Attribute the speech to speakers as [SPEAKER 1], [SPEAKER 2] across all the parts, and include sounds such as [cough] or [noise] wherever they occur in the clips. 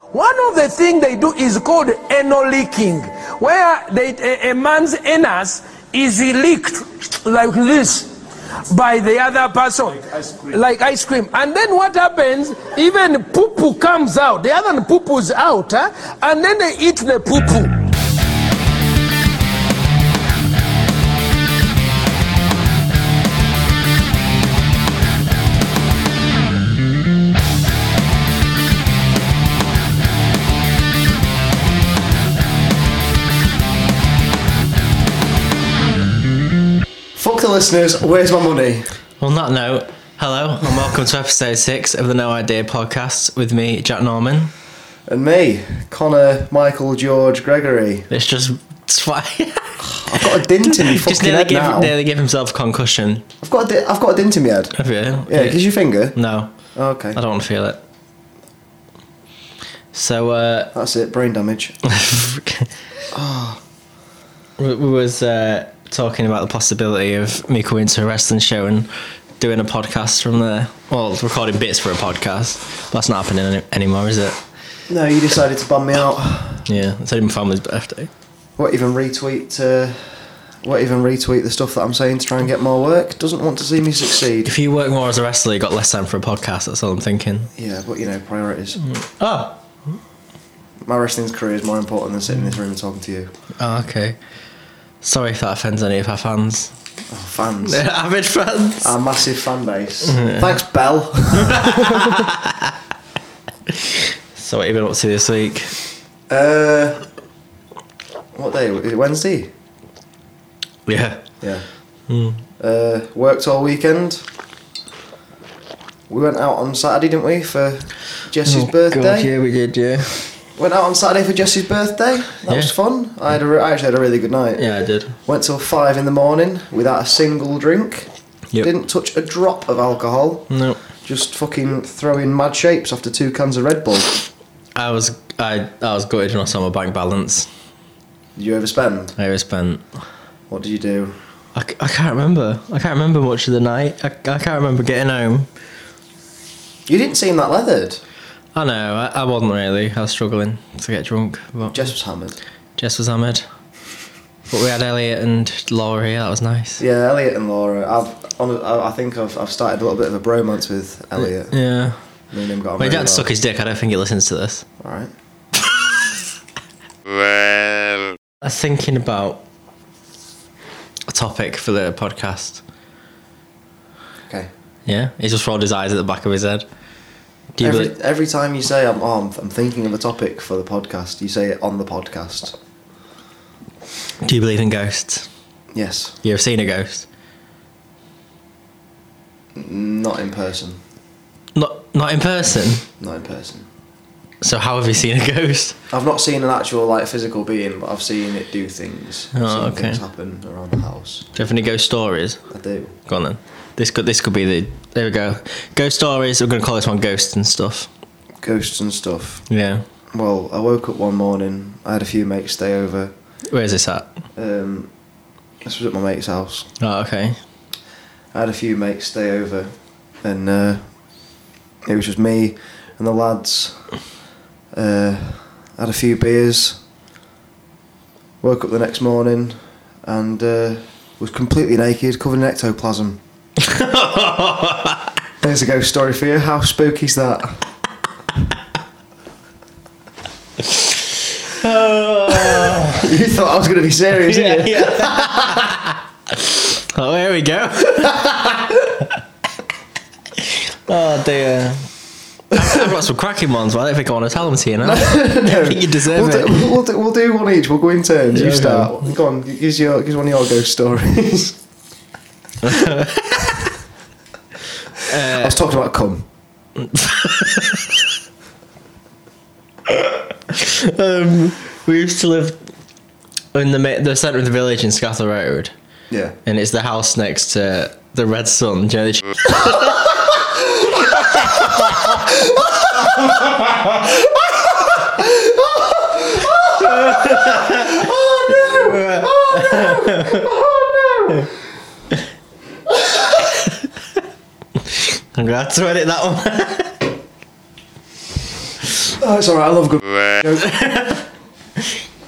[SPEAKER 1] One of the things they do is called anal leaking, where they, a, a man's anus is leaked like this by the other person, like
[SPEAKER 2] ice cream.
[SPEAKER 1] And then what happens? Even poo poo comes out. The other poo poo's out, huh? and then they eat the poo poo.
[SPEAKER 3] Fuck the listeners. Where's my money?
[SPEAKER 4] On that note, hello and welcome to episode six of the No Idea podcast with me, Jack Norman.
[SPEAKER 3] And me, Connor, Michael, George, Gregory.
[SPEAKER 4] It's just [laughs] twi-
[SPEAKER 3] I've got a dint in [laughs] my
[SPEAKER 4] just
[SPEAKER 3] fucking
[SPEAKER 4] nearly
[SPEAKER 3] head
[SPEAKER 4] give,
[SPEAKER 3] now.
[SPEAKER 4] nearly give himself a concussion.
[SPEAKER 3] I've got a di- I've got a dint in my head.
[SPEAKER 4] Have you?
[SPEAKER 3] Yeah, because your finger. Oh,
[SPEAKER 4] No,
[SPEAKER 3] Okay,
[SPEAKER 4] Mm. I don't want to feel it. So uh, [laughs]
[SPEAKER 3] that's it. Brain damage.
[SPEAKER 4] we, we was uh, talking about the possibility of me coming to a wrestling show and doing a podcast from there. Well, recording bits for a podcast. That's not happening any- anymore, is it?
[SPEAKER 3] No, you decided to ban me out.
[SPEAKER 4] Yeah, it's only my family's birthday.
[SPEAKER 3] What even retweet? Uh, what even retweet the stuff that I'm saying to try and get more work? Doesn't want to see me succeed.
[SPEAKER 4] If you work more as a wrestler, you got less time for a podcast. That's all I'm thinking.
[SPEAKER 3] Yeah, but you know priorities.
[SPEAKER 4] Oh,
[SPEAKER 3] My wrestling's career is more important than sitting in this room and talking to you.
[SPEAKER 4] Oh, okay. Sorry if that offends any of our [laughs] fans.
[SPEAKER 3] Oh, fans.
[SPEAKER 4] Avid fans.
[SPEAKER 3] Our massive fan base.
[SPEAKER 4] Mm.
[SPEAKER 3] Thanks, Bell. [laughs]
[SPEAKER 4] So what have you been up to this week?
[SPEAKER 3] uh, what day? Is it Wednesday?
[SPEAKER 4] Yeah.
[SPEAKER 3] Yeah.
[SPEAKER 4] Hmm.
[SPEAKER 3] Uh, worked all weekend. We went out on Saturday, didn't we, for Jessie's birthday?
[SPEAKER 4] we did, Oh, yeah.
[SPEAKER 3] Went out on Saturday for Jessie's birthday. That
[SPEAKER 4] Yeah.
[SPEAKER 3] was fun. I had a re- I actually had a really good night.
[SPEAKER 4] Yeah, I did.
[SPEAKER 3] Went till five in the morning without a single drink.
[SPEAKER 4] Yep.
[SPEAKER 3] Didn't touch a drop of alcohol.
[SPEAKER 4] No.
[SPEAKER 3] Just fucking throwing mad shapes after two cans of Red Bull.
[SPEAKER 4] I was I I was gutted when I saw my bank balance.
[SPEAKER 3] You overspend.
[SPEAKER 4] I overspent.
[SPEAKER 3] What did you do?
[SPEAKER 4] I, c- I can't remember. I can't remember much of the night. I, I can't remember getting home.
[SPEAKER 3] You didn't seem that leathered.
[SPEAKER 4] I know, I, I wasn't really. I was struggling to get drunk. But
[SPEAKER 3] Jess was hammered.
[SPEAKER 4] Jess was hammered. But we had Elliot and Laurie, that was nice.
[SPEAKER 3] Yeah, Elliot and Laura. I've, on, I I think I've, I've started a little bit of a bromance with Elliot.
[SPEAKER 4] Yeah.
[SPEAKER 3] Me and him got on
[SPEAKER 4] My
[SPEAKER 3] very
[SPEAKER 4] dad
[SPEAKER 3] well.
[SPEAKER 4] stuck his dick, I don't think he listens to this.
[SPEAKER 3] All right.
[SPEAKER 4] I was thinking about a topic for the podcast.
[SPEAKER 3] Okay.
[SPEAKER 4] Yeah, he just rolled his eyes at the back of his head. Do you
[SPEAKER 3] Every,
[SPEAKER 4] believe-
[SPEAKER 3] every time you say I'm, oh, I'm, I'm thinking of a topic for the podcast, you say it on the podcast.
[SPEAKER 4] do you believe in ghosts?
[SPEAKER 3] Yes,
[SPEAKER 4] You ever seen a ghost?
[SPEAKER 3] not in person.
[SPEAKER 4] Not not in person.
[SPEAKER 3] Not in person.
[SPEAKER 4] So how have you seen a [laughs] ghost?
[SPEAKER 3] I've not seen an actual like physical being, but I've seen it do things.
[SPEAKER 4] Oh,
[SPEAKER 3] Seen
[SPEAKER 4] okay.
[SPEAKER 3] Things happen around the house.
[SPEAKER 4] Do you have any ghost stories?
[SPEAKER 3] I do.
[SPEAKER 4] Go on then. This could this could be the there we go. Ghost stories. We're gonna call this one ghosts and stuff.
[SPEAKER 3] Ghosts and stuff.
[SPEAKER 4] Yeah.
[SPEAKER 3] Well, I woke up one morning. I had a few mates stay over.
[SPEAKER 4] Where's this at?
[SPEAKER 3] Um, this was at my mate's house.
[SPEAKER 4] Oh, okay.
[SPEAKER 3] I had a few mates stay over, and uh, it was just me and the lads. Uh, had a few beers. Woke up the next morning, and uh, was completely naked, covered in ectoplasm. There's a ghost story for you. How spooky's that? [laughs]
[SPEAKER 4] [laughs]
[SPEAKER 3] you thought I was going to be serious, didn't you?
[SPEAKER 4] [laughs] oh, here we go. [laughs] oh dear. I've I've got some cracking ones, but I don't think I want to tell them to you
[SPEAKER 3] [laughs]
[SPEAKER 4] now. I think you deserve
[SPEAKER 3] we'll
[SPEAKER 4] it.
[SPEAKER 3] Do, we'll, do, we'll do one each. We'll go in turns.
[SPEAKER 4] Yeah,
[SPEAKER 3] you
[SPEAKER 4] okay.
[SPEAKER 3] start. Go on. gi- Give, us your, give us one of your ghost [laughs] stories. I was talking about cum.
[SPEAKER 4] [laughs] um, we used to live in the ma- the centre of the village in Scather Road,
[SPEAKER 3] Yeah.
[SPEAKER 4] and it's the house next to the Red Sun. Do you know the ch- I'm glad to edit that one.
[SPEAKER 3] Oh, it's alright, I [laughs] love a good joke.
[SPEAKER 4] [laughs]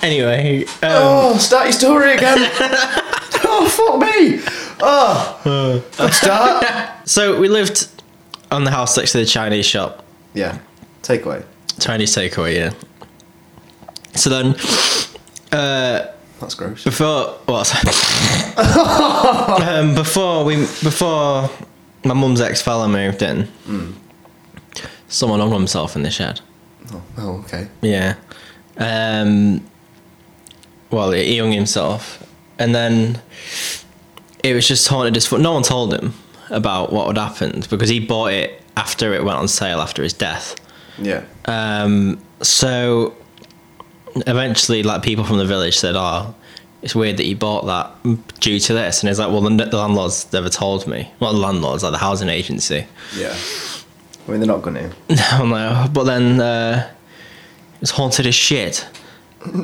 [SPEAKER 4] Anyway, uh,
[SPEAKER 3] Oh, start your story [laughs] again. oh, fuck me. Oh, good start.
[SPEAKER 4] um, [laughs] so we lived on the house next to the Chinese shop,
[SPEAKER 3] Yeah, takeaway.
[SPEAKER 4] Chinese takeaway, yeah. So then, uh,
[SPEAKER 3] That's gross.
[SPEAKER 4] before what? [laughs] um, before we, before my mum's ex fella moved in, someone hung himself in the shed.
[SPEAKER 3] Oh, oh, okay.
[SPEAKER 4] Yeah. Um, well, he hung himself. And then it was just haunted as fuck. No one told him about what had happened because he bought it after it went on sale after his death.
[SPEAKER 3] Yeah.
[SPEAKER 4] Um, so eventually, like people from the village said, "Oh, it's weird that you bought that due to this." And he's like, "Well, the the landlords never told me. Well, the landlords, like the housing agency." [laughs]
[SPEAKER 3] yeah. I mean, they're not going to.
[SPEAKER 4] No, no. "Oh, But then uh, it's haunted as shit. I,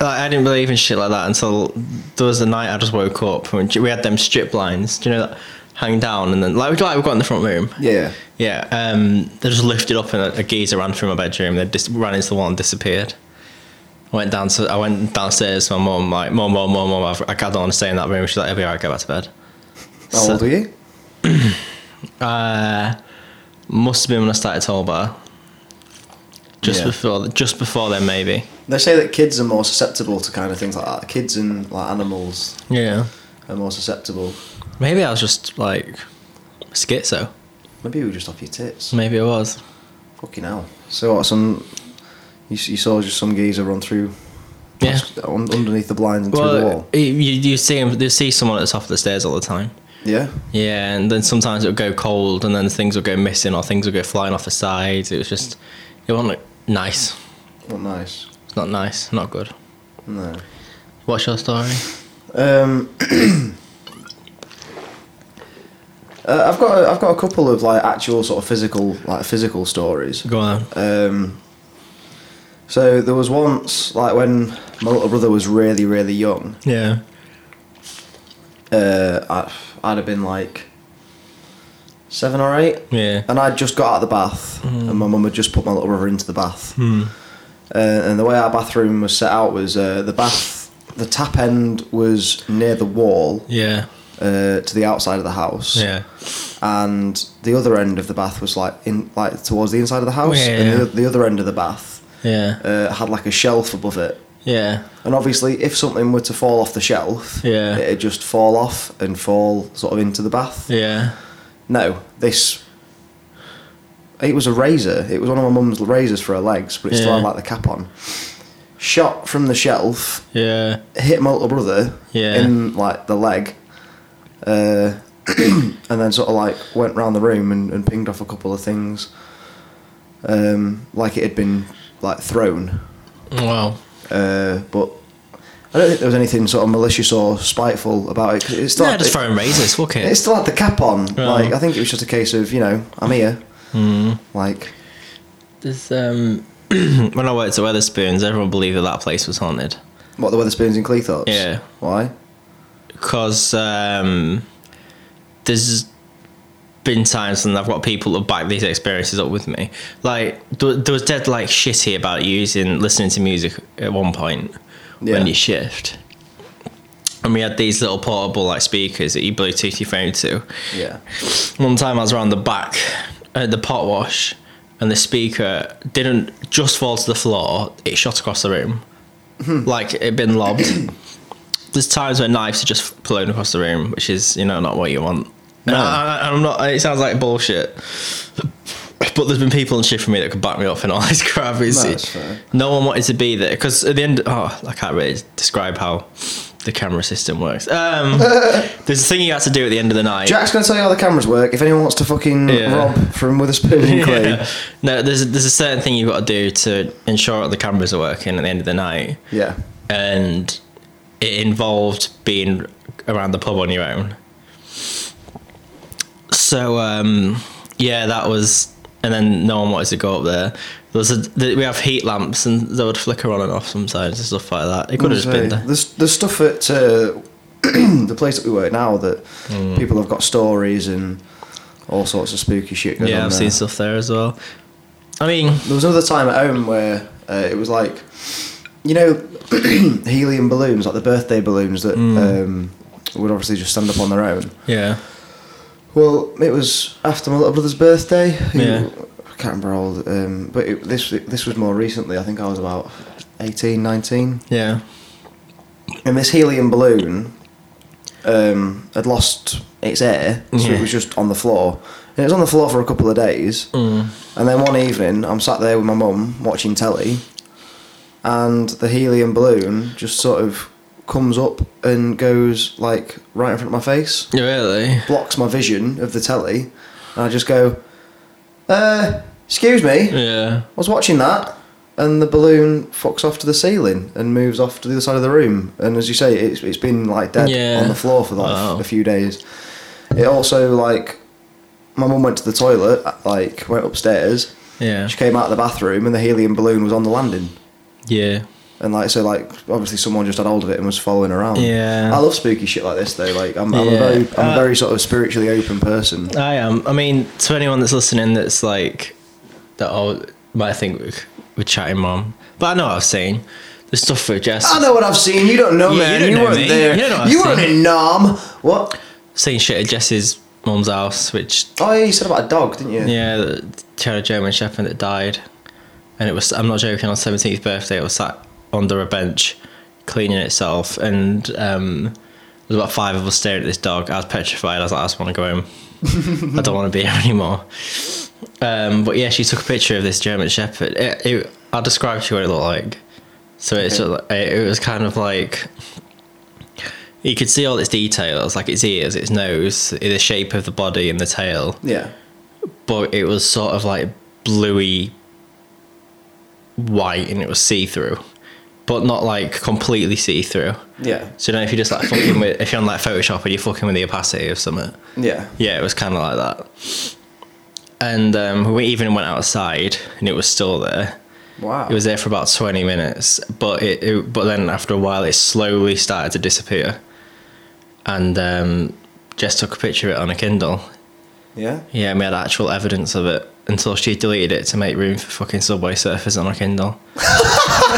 [SPEAKER 4] like, I didn't believe in shit like that until there was a night I just woke up. And we had them strip blinds, do you know, that hang down and then like like we've got in the front room.
[SPEAKER 3] Yeah.
[SPEAKER 4] Yeah, um, they just lifted up and a, a geezer ran through my bedroom. They just ran into the wall and disappeared. I went down to, I went downstairs to my mum. Like, mum, mum, mum, mum. I've- I don't want to stay in that room. She's like, "It'll be alright. Go back to bed."
[SPEAKER 3] How
[SPEAKER 4] So-
[SPEAKER 3] old are you?
[SPEAKER 4] Uh, must have been when I started Tolbar. Just
[SPEAKER 3] Yeah.
[SPEAKER 4] before, just before then, maybe.
[SPEAKER 3] They say that kids are more susceptible to kind of things like that. Kids and like animals
[SPEAKER 4] Yeah.
[SPEAKER 3] are more susceptible.
[SPEAKER 4] Maybe I was just like schizo.
[SPEAKER 3] Maybe you were just off your tits.
[SPEAKER 4] Maybe I was.
[SPEAKER 3] Fucking hell. So what? Some you, s- you saw just some geezer run through
[SPEAKER 4] Yeah.
[SPEAKER 3] past- uh, un- underneath the blinds and through the
[SPEAKER 4] Well,
[SPEAKER 3] wall.
[SPEAKER 4] you, you see him, you see someone at the top of the stairs all the time.
[SPEAKER 3] Yeah.
[SPEAKER 4] Yeah, and then sometimes it'll go cold, and then things will go missing, or things will go flying off the sides. It was just, it wasn't nice.
[SPEAKER 3] Not nice.
[SPEAKER 4] It's not nice. Not good.
[SPEAKER 3] No.
[SPEAKER 4] What's your story?
[SPEAKER 3] Um, [clears throat] uh, I've got a, I've got a couple of like actual sort of physical like physical stories.
[SPEAKER 4] Go on.
[SPEAKER 3] Um, so there was once like when my little brother was really really young.
[SPEAKER 4] Yeah.
[SPEAKER 3] Uh, I, I'd have been like seven or eight.
[SPEAKER 4] Yeah. Mm.
[SPEAKER 3] And I'd just got out of the bath, and my mum had just put my little brother into the bath.
[SPEAKER 4] Hmm.
[SPEAKER 3] Uh, and the way our bathroom was set out was uh, the bath, the tap end was near the wall
[SPEAKER 4] Yeah.
[SPEAKER 3] uh, to the outside of the house,
[SPEAKER 4] Yeah.
[SPEAKER 3] and the other end of the bath was like in like towards the inside of the house,
[SPEAKER 4] Yeah,
[SPEAKER 3] and
[SPEAKER 4] yeah.
[SPEAKER 3] The, the other end of the bath
[SPEAKER 4] Yeah.
[SPEAKER 3] uh, had like a shelf above it.
[SPEAKER 4] Yeah.
[SPEAKER 3] And obviously, if something were to fall off the shelf,
[SPEAKER 4] Yeah.
[SPEAKER 3] it'd just fall off and fall sort of into the bath.
[SPEAKER 4] Yeah.
[SPEAKER 3] No, this. It was a razor. It was one of my mum's razors for her legs, but it still had
[SPEAKER 4] Yeah.
[SPEAKER 3] like the cap on. Shot from the shelf,
[SPEAKER 4] Yeah.
[SPEAKER 3] hit my little brother
[SPEAKER 4] Yeah.
[SPEAKER 3] in like the leg, uh, [clears throat] and then sort of like went round the room and, and pinged off a couple of things, um, like it had been like thrown.
[SPEAKER 4] Wow.
[SPEAKER 3] Uh, but I don't think there was anything sort of malicious or spiteful about it. 'cause it's still
[SPEAKER 4] Yeah,
[SPEAKER 3] had-
[SPEAKER 4] just
[SPEAKER 3] it-
[SPEAKER 4] throwing razors. Fuck
[SPEAKER 3] it
[SPEAKER 4] it.
[SPEAKER 3] still had the cap on.
[SPEAKER 4] Yeah. Mm.
[SPEAKER 3] Like I think it was just a case of you know I'm here. Like
[SPEAKER 4] There's, um, [clears throat] when I worked at Weatherspoons, everyone believed that that place was haunted
[SPEAKER 3] what the Weatherspoons in Cleethorpes.
[SPEAKER 4] Yeah.
[SPEAKER 3] Why?
[SPEAKER 4] because um, there's been times when I've got people that back these experiences up with me. Like there, there was dead like shitty about using listening to music at one point
[SPEAKER 3] Yeah.
[SPEAKER 4] when you shift. And we had these little portable like speakers that you Bluetooth your phone to.
[SPEAKER 3] Yeah.
[SPEAKER 4] One time I was around the back at the pot wash and the speaker didn't just fall to the floor, it shot across the room.
[SPEAKER 3] Hmm.
[SPEAKER 4] like it'd been lobbed. There's times where knives are just flown across the room, which is, you know, not what you want. No. I, am not, it sounds like bullshit. But there's been people and shit for me that could back me up and all [laughs] this crap. It's,
[SPEAKER 3] No, that's fair.
[SPEAKER 4] no one wanted to be there because at the end, oh, I can't really describe how the camera system works.
[SPEAKER 3] [laughs]
[SPEAKER 4] Um, there's a thing you had to do at the end of the night.
[SPEAKER 3] Jack's gonna tell you how the cameras work. If anyone wants to fucking
[SPEAKER 4] Yeah.
[SPEAKER 3] rob from Witherspoon [laughs] and Clee,
[SPEAKER 4] [laughs] Yeah. No, there's there's a certain thing you've got to do to ensure that the cameras are working at the end of the night,
[SPEAKER 3] yeah,
[SPEAKER 4] and it involved being around the pub on your own. So um, yeah, that was, and then no one wanted to go up there. There was a, th we have heat lamps and they would flicker on and off sometimes and stuff like that.
[SPEAKER 3] Oh,
[SPEAKER 4] It could have just been there.
[SPEAKER 3] There's there's stuff at uh, [clears throat] the place that we work now that
[SPEAKER 4] Mm.
[SPEAKER 3] people have got stories and all sorts of spooky shit. Going
[SPEAKER 4] Yeah,
[SPEAKER 3] on
[SPEAKER 4] I've
[SPEAKER 3] there.
[SPEAKER 4] seen stuff there as well. I mean,
[SPEAKER 3] There was another time at home where uh, it was like, you know, [clears throat] helium balloons, like the birthday balloons that um, would obviously just stand up on their own.
[SPEAKER 4] yeah.
[SPEAKER 3] Well, it was after my little brother's birthday. who-
[SPEAKER 4] Yeah.
[SPEAKER 3] I can't remember how old, um, but it, this this was more recently. I think I was about 18, 19.
[SPEAKER 4] Yeah.
[SPEAKER 3] And this helium balloon um, had lost its air, so
[SPEAKER 4] Yeah.
[SPEAKER 3] it was just on the floor. And it was on the floor for a couple of days. And then one evening, I'm sat there with my mum watching telly, and the helium balloon just sort of comes up and goes like right in front of my face
[SPEAKER 4] Really?
[SPEAKER 3] blocks my vision of the telly, and I just go, uh, excuse me, I
[SPEAKER 4] Yeah.
[SPEAKER 3] was watching that, and the balloon fucks off to the ceiling and moves off to the other side of the room. And as you say, it's, it's been like dead
[SPEAKER 4] Yeah.
[SPEAKER 3] on the floor for like
[SPEAKER 4] Wow.
[SPEAKER 3] a few days. It also, like, my mum went to the toilet, like, went upstairs,
[SPEAKER 4] Yeah.
[SPEAKER 3] she came out of the bathroom, and the helium balloon was on the landing.
[SPEAKER 4] Yeah.
[SPEAKER 3] And like so, like obviously, someone just had hold of it and was following around.
[SPEAKER 4] Yeah.
[SPEAKER 3] I love spooky shit like this though. Like I'm, I'm a
[SPEAKER 4] Yeah.
[SPEAKER 3] very, I'm a
[SPEAKER 4] Uh,
[SPEAKER 3] very sort of spiritually open person.
[SPEAKER 4] I am. I mean, to anyone that's listening, that's like that. Oh, might think we're, we're chatting, mom. But I know what I was saying. The stuff for Jess
[SPEAKER 3] I know what I've seen. You don't know,
[SPEAKER 4] Yeah,
[SPEAKER 3] man.
[SPEAKER 4] you
[SPEAKER 3] You,
[SPEAKER 4] don't know
[SPEAKER 3] weren't
[SPEAKER 4] me.
[SPEAKER 3] there.
[SPEAKER 4] You don't know what I've
[SPEAKER 3] You weren't
[SPEAKER 4] seen.
[SPEAKER 3] in Nam. What?
[SPEAKER 4] saying shit at Jess's mum's house, which
[SPEAKER 3] Oh, yeah, you said about a dog, didn't you?
[SPEAKER 4] yeah, the- she had a German Shepherd that died, and it was. I'm not joking. On seventeenth birthday, it was sat under a bench, cleaning itself, and um, there was about five of us staring at this dog. I was petrified. I was like, I just want to go home. I don't want to be here anymore. Um, but yeah, she took a picture of this German Shepherd. It, it, I'll describe to you what it looked like. So it's
[SPEAKER 3] Okay.
[SPEAKER 4] sort of like- it was kind of like you could see all its details, like its ears, its nose, the shape of the body, and the tail
[SPEAKER 3] Yeah.
[SPEAKER 4] but it was sort of like bluey white and it was see through, but not like completely see through.
[SPEAKER 3] Yeah.
[SPEAKER 4] So now if you just like fucking with if you're on like Photoshop and you're fucking with the opacity of something,
[SPEAKER 3] Yeah.
[SPEAKER 4] yeah, it was kind of like that. And um, we even went outside and it was still there.
[SPEAKER 3] Wow.
[SPEAKER 4] It was there for about twenty minutes, but it, it but then after a while it slowly started to disappear. And um, Jess took a picture of it on a Kindle
[SPEAKER 3] Yeah.
[SPEAKER 4] yeah, and we had actual evidence of it until she deleted it to make room for fucking Subway Surfers on her Kindle. [laughs]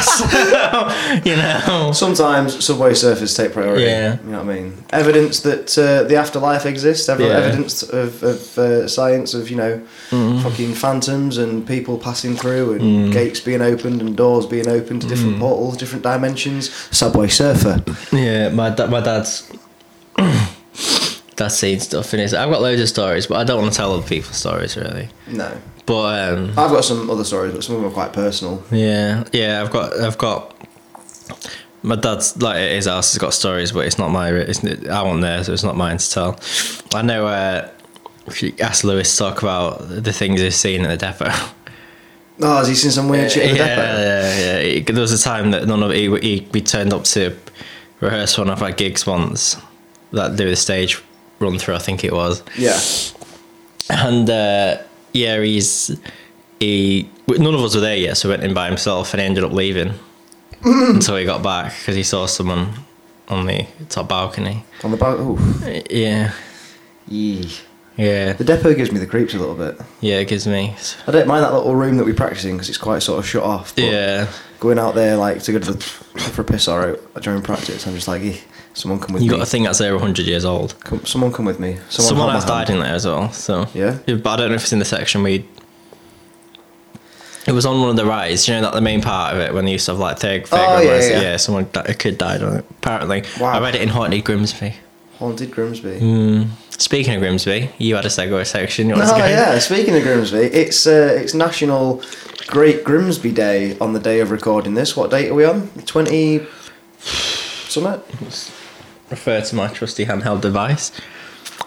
[SPEAKER 4] So, you know.
[SPEAKER 3] Sometimes subway surfers take priority.
[SPEAKER 4] Yeah.
[SPEAKER 3] You know what I mean? Evidence that uh, the afterlife exists. ev-
[SPEAKER 4] Yeah.
[SPEAKER 3] Evidence of, of uh, science of you know
[SPEAKER 4] Mm-hmm.
[SPEAKER 3] fucking phantoms and people passing through and
[SPEAKER 4] Mm.
[SPEAKER 3] gates being opened and doors being opened to different portals, different dimensions. Subway surfer.
[SPEAKER 4] Yeah, my da- my dad's [clears throat] dad's seen stuff in his. I've got loads of stories, but I don't want to tell other people stories really.
[SPEAKER 3] No.
[SPEAKER 4] But um,
[SPEAKER 3] I've got some other stories, but some of them are quite personal.
[SPEAKER 4] yeah, yeah, I've got I've got. My dad's like his house has got stories, but it's not my. It's, I wasn't there, so it's not mine to tell. I know. Uh, if you ask Lewis to talk about the things he's seen at the depot. [laughs]
[SPEAKER 3] Oh, has he seen some weird shit in the
[SPEAKER 4] yeah,
[SPEAKER 3] depot?
[SPEAKER 4] Yeah, yeah, It- There was a time that none of he, he we turned up to rehearse one of our gigs once that do the stage run through. I think it was,
[SPEAKER 3] Yeah.
[SPEAKER 4] and uh, yeah, he's he. None of us were there yet, so he went in by himself and he ended up leaving until he got back because he saw someone on the top balcony.
[SPEAKER 3] On the boat. Ooh.
[SPEAKER 4] Yeah, yeah,
[SPEAKER 3] The depot gives me the creeps a little bit.
[SPEAKER 4] yeah. It gives me.
[SPEAKER 3] I don't mind that little room that we practice in because it's quite sort of shut off. But
[SPEAKER 4] Yeah,
[SPEAKER 3] Going out there like to go to the for a piss or out during practice, I'm just like, eh, someone come with
[SPEAKER 4] you
[SPEAKER 3] me.
[SPEAKER 4] got to think that's over hundred years old.
[SPEAKER 3] Come- someone come with me. Someone,
[SPEAKER 4] Someone,
[SPEAKER 3] hold my
[SPEAKER 4] has died
[SPEAKER 3] hand.
[SPEAKER 4] in there as well. So
[SPEAKER 3] Yeah?
[SPEAKER 4] but I don't know if it's in the section we. It was on one of the rides. You know that the main part of it when they used to have like fair, fairground
[SPEAKER 3] Oh, yeah,
[SPEAKER 4] rides.
[SPEAKER 3] yeah.
[SPEAKER 4] yeah, someone di- a kid died on it. Apparently,
[SPEAKER 3] Wow.
[SPEAKER 4] I read it in Haunted Grimsby.
[SPEAKER 3] Haunted Grimsby.
[SPEAKER 4] Mm. Speaking of Grimsby, you had a segue section. You want us
[SPEAKER 3] Oh
[SPEAKER 4] to go?
[SPEAKER 3] yeah. Speaking of Grimsby, it's uh, it's National Great Grimsby Day on the day of recording this. What date are we on? Twenty. Summit.
[SPEAKER 4] Refer to my trusty handheld device.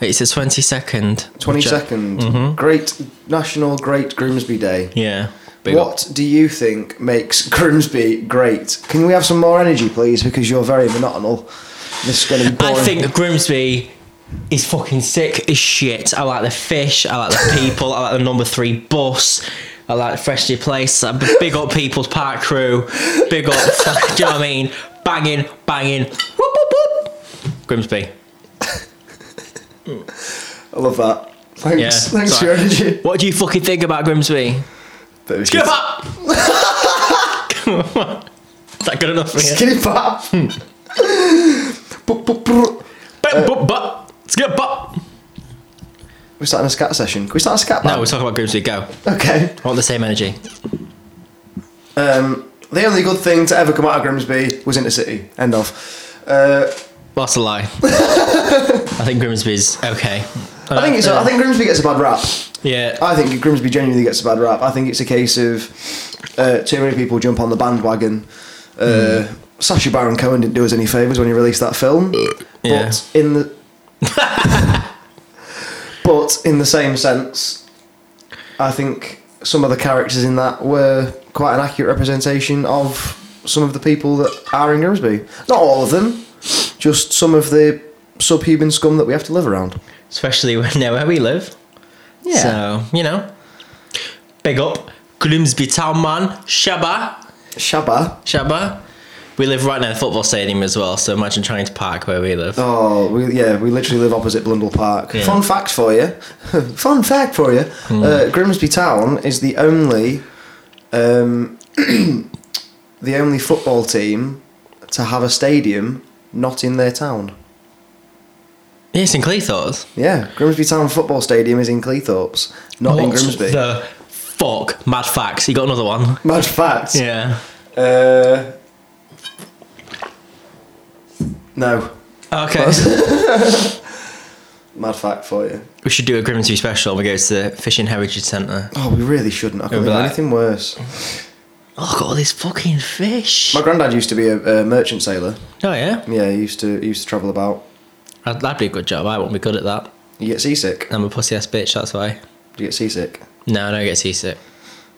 [SPEAKER 4] It's the twenty second.
[SPEAKER 3] Twenty second.
[SPEAKER 4] Mm-hmm.
[SPEAKER 3] Great National Great Grimsby Day.
[SPEAKER 4] Yeah. Big up.
[SPEAKER 3] what do you think makes [laughs] Grimsby great? Can we have some more energy, please? Because you're very monotonal. This is going to be boring.
[SPEAKER 4] I think Grimsby is fucking sick as shit. I like the fish. I like the people. I like the number three bus. I like the freshly placed. I big up People's Park crew. Big up. [laughs] fuck, do you know what I mean? Banging, banging. Whoop, whoop, whoop. Grimsby.
[SPEAKER 3] I love that. Thanks.
[SPEAKER 4] Yeah.
[SPEAKER 3] Thanks for
[SPEAKER 4] sorry.
[SPEAKER 3] your energy.
[SPEAKER 4] What do you fucking think about Grimsby?
[SPEAKER 3] But it was
[SPEAKER 4] Skip
[SPEAKER 3] just-
[SPEAKER 4] [laughs] up! Is that good enough for you?
[SPEAKER 3] Skinny pop. Boop, boop, brr.
[SPEAKER 4] Bam, bup, bup. Skip up!
[SPEAKER 3] We're starting a scat session. Can we start a scat
[SPEAKER 4] No,
[SPEAKER 3] band?
[SPEAKER 4] we're talking about Grimsby. Go.
[SPEAKER 3] Okay.
[SPEAKER 4] I want the same energy.
[SPEAKER 3] Um, the only good thing to ever come out of Grimsby was Intercity. End of. Uh,
[SPEAKER 4] Well, That's
[SPEAKER 3] [laughs]
[SPEAKER 4] a lie. I think Grimsby's okay. Uh,
[SPEAKER 3] I think it's. I think Grimsby gets a bad rap.
[SPEAKER 4] Yeah.
[SPEAKER 3] I think Grimsby genuinely gets a bad rap. I think it's a case of uh, too many people jump on the bandwagon. Uh, Sacha Baron Cohen didn't do us any favours when he released that film.
[SPEAKER 4] Yeah.
[SPEAKER 3] But in the but in the same sense, I think some of the characters in that were quite an accurate representation of some of the people that are in Grimsby. Not all of them, just some of the subhuman scum that we have to live around.
[SPEAKER 4] Especially when [laughs] now where we live. So, you know. Big up. Grimsby town man. Shabba.
[SPEAKER 3] Shabba.
[SPEAKER 4] Shabba. We live right near the football stadium as well, so imagine trying to park where we live.
[SPEAKER 3] Oh, we, yeah, we literally live opposite Blundell Park.
[SPEAKER 4] Yeah. Hmm.
[SPEAKER 3] Fun fact for you. [laughs] Fun fact for you. Uh, Grimsby Town is the only, um, [clears throat] the only football team to have a stadium not in their town.
[SPEAKER 4] Yes, in Cleethorpes.
[SPEAKER 3] Yeah, Grimsby Town football stadium is in Cleethorpes, not in
[SPEAKER 4] What
[SPEAKER 3] Grimsby.
[SPEAKER 4] The fuck, mad facts. You got
[SPEAKER 3] [laughs]
[SPEAKER 4] another one?
[SPEAKER 3] Mad fact.
[SPEAKER 4] Yeah.
[SPEAKER 3] Uh, no,
[SPEAKER 4] Okay.
[SPEAKER 3] mad fact for you.
[SPEAKER 4] [laughs] we should do a Grimsby special. We go to the Fishing Heritage Centre.
[SPEAKER 3] Oh, we really shouldn't. I
[SPEAKER 4] It'll
[SPEAKER 3] can't
[SPEAKER 4] be
[SPEAKER 3] think of
[SPEAKER 4] like-
[SPEAKER 3] anything worse.
[SPEAKER 4] Oh, look at all these fucking fish.
[SPEAKER 3] My granddad used to be a, a merchant sailor.
[SPEAKER 4] Oh yeah,
[SPEAKER 3] Yeah, he used to he used to travel about.
[SPEAKER 4] I'd, that'd be a good job. I wouldn't be good at that.
[SPEAKER 3] You get seasick.
[SPEAKER 4] I'm a pussy ass bitch. That's why.
[SPEAKER 3] You get seasick.
[SPEAKER 4] No, I don't get seasick.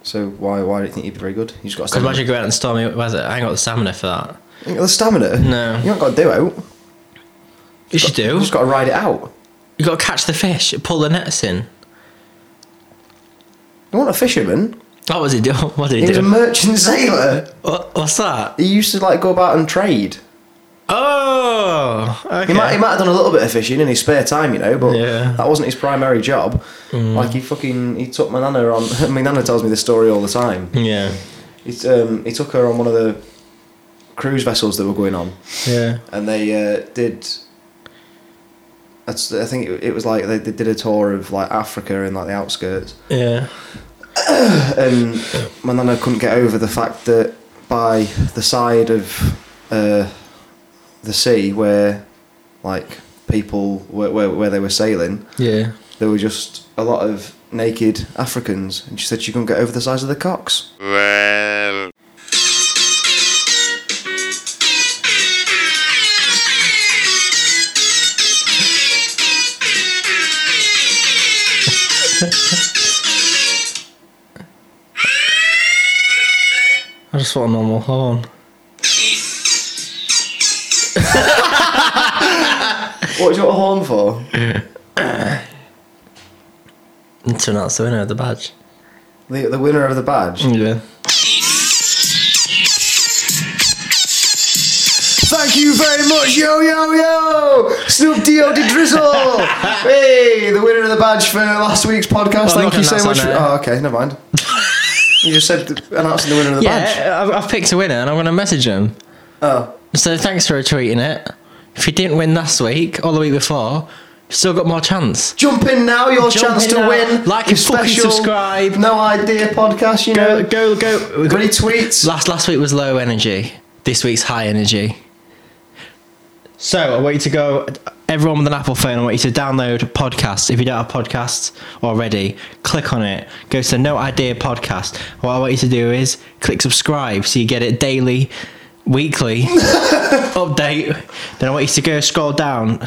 [SPEAKER 3] So why why do you think you'd be very good? You just got
[SPEAKER 4] Because
[SPEAKER 3] stamina.
[SPEAKER 4] imagine go out and stormy weather. I ain't got the stamina for that.
[SPEAKER 3] You ain't got the stamina.
[SPEAKER 4] No.
[SPEAKER 3] you ain't got to do it.
[SPEAKER 4] You should
[SPEAKER 3] You
[SPEAKER 4] do.
[SPEAKER 3] just got to ride it out.
[SPEAKER 4] You got to catch the fish. Pull the nets in.
[SPEAKER 3] You want a fisherman?
[SPEAKER 4] What was he doing? What did
[SPEAKER 3] He was
[SPEAKER 4] he
[SPEAKER 3] a
[SPEAKER 4] do? [laughs]
[SPEAKER 3] merchant [laughs] sailor.
[SPEAKER 4] What, what's that?
[SPEAKER 3] He used to like go about and trade.
[SPEAKER 4] Oh, okay.
[SPEAKER 3] He might he might have done a little bit of fishing in his spare time, you know, but
[SPEAKER 4] Yeah. Mm.
[SPEAKER 3] that wasn't his primary job. Like he fucking he took my nana on. [laughs] my nana tells me this story all the time.
[SPEAKER 4] yeah,
[SPEAKER 3] He, um, he took her on one of the cruise vessels that were going on.
[SPEAKER 4] yeah.
[SPEAKER 3] and they uh, did. That's, I think it, it was like they, they did a tour of like Africa and like the outskirts,
[SPEAKER 4] Yeah.
[SPEAKER 3] and my nana couldn't get over the fact that by the side of uh, the sea where like people where, where where they were sailing,
[SPEAKER 4] Yeah.
[SPEAKER 3] there were just a lot of naked Africans, and she said she couldn't get over the size of the cocks.
[SPEAKER 2] Well.
[SPEAKER 4] I just want a normal horn.
[SPEAKER 3] What do you want a horn for?
[SPEAKER 4] To announce the winner of the badge.
[SPEAKER 3] The, the winner of the badge.
[SPEAKER 4] Yeah.
[SPEAKER 3] Thank you very much, yo yo yo, Snoop Dio de Drizzle.
[SPEAKER 4] [laughs]
[SPEAKER 3] hey, the winner of the badge for last week's podcast.
[SPEAKER 4] Well, I'm
[SPEAKER 3] Thank you
[SPEAKER 4] not gonna
[SPEAKER 3] so
[SPEAKER 4] announce
[SPEAKER 3] much.
[SPEAKER 4] on
[SPEAKER 3] For,
[SPEAKER 4] air.
[SPEAKER 3] oh, okay, never mind. you just said th- announcing the winner of the badge.
[SPEAKER 4] Yeah, I've, I've picked a winner and I'm going to message him.
[SPEAKER 3] Oh,
[SPEAKER 4] So thanks for retweeting it. If you didn't win last week or the week before, you've still got more chance.
[SPEAKER 3] jump in now, your
[SPEAKER 4] Jump
[SPEAKER 3] chance
[SPEAKER 4] in
[SPEAKER 3] to
[SPEAKER 4] now.
[SPEAKER 3] win.
[SPEAKER 4] Like
[SPEAKER 3] your
[SPEAKER 4] and fucking subscribe.
[SPEAKER 3] No idea podcast. You know,
[SPEAKER 4] go, go.
[SPEAKER 3] many tweets.
[SPEAKER 4] Last last week was low energy. This week's high energy. So I want you to go. Everyone with an Apple phone, I want you to download podcasts. If you don't have podcasts already, click on it. Go to the No Idea podcast. What I want you to do is click subscribe, so you get it daily, [laughs] weekly update. Then I want you to go scroll down,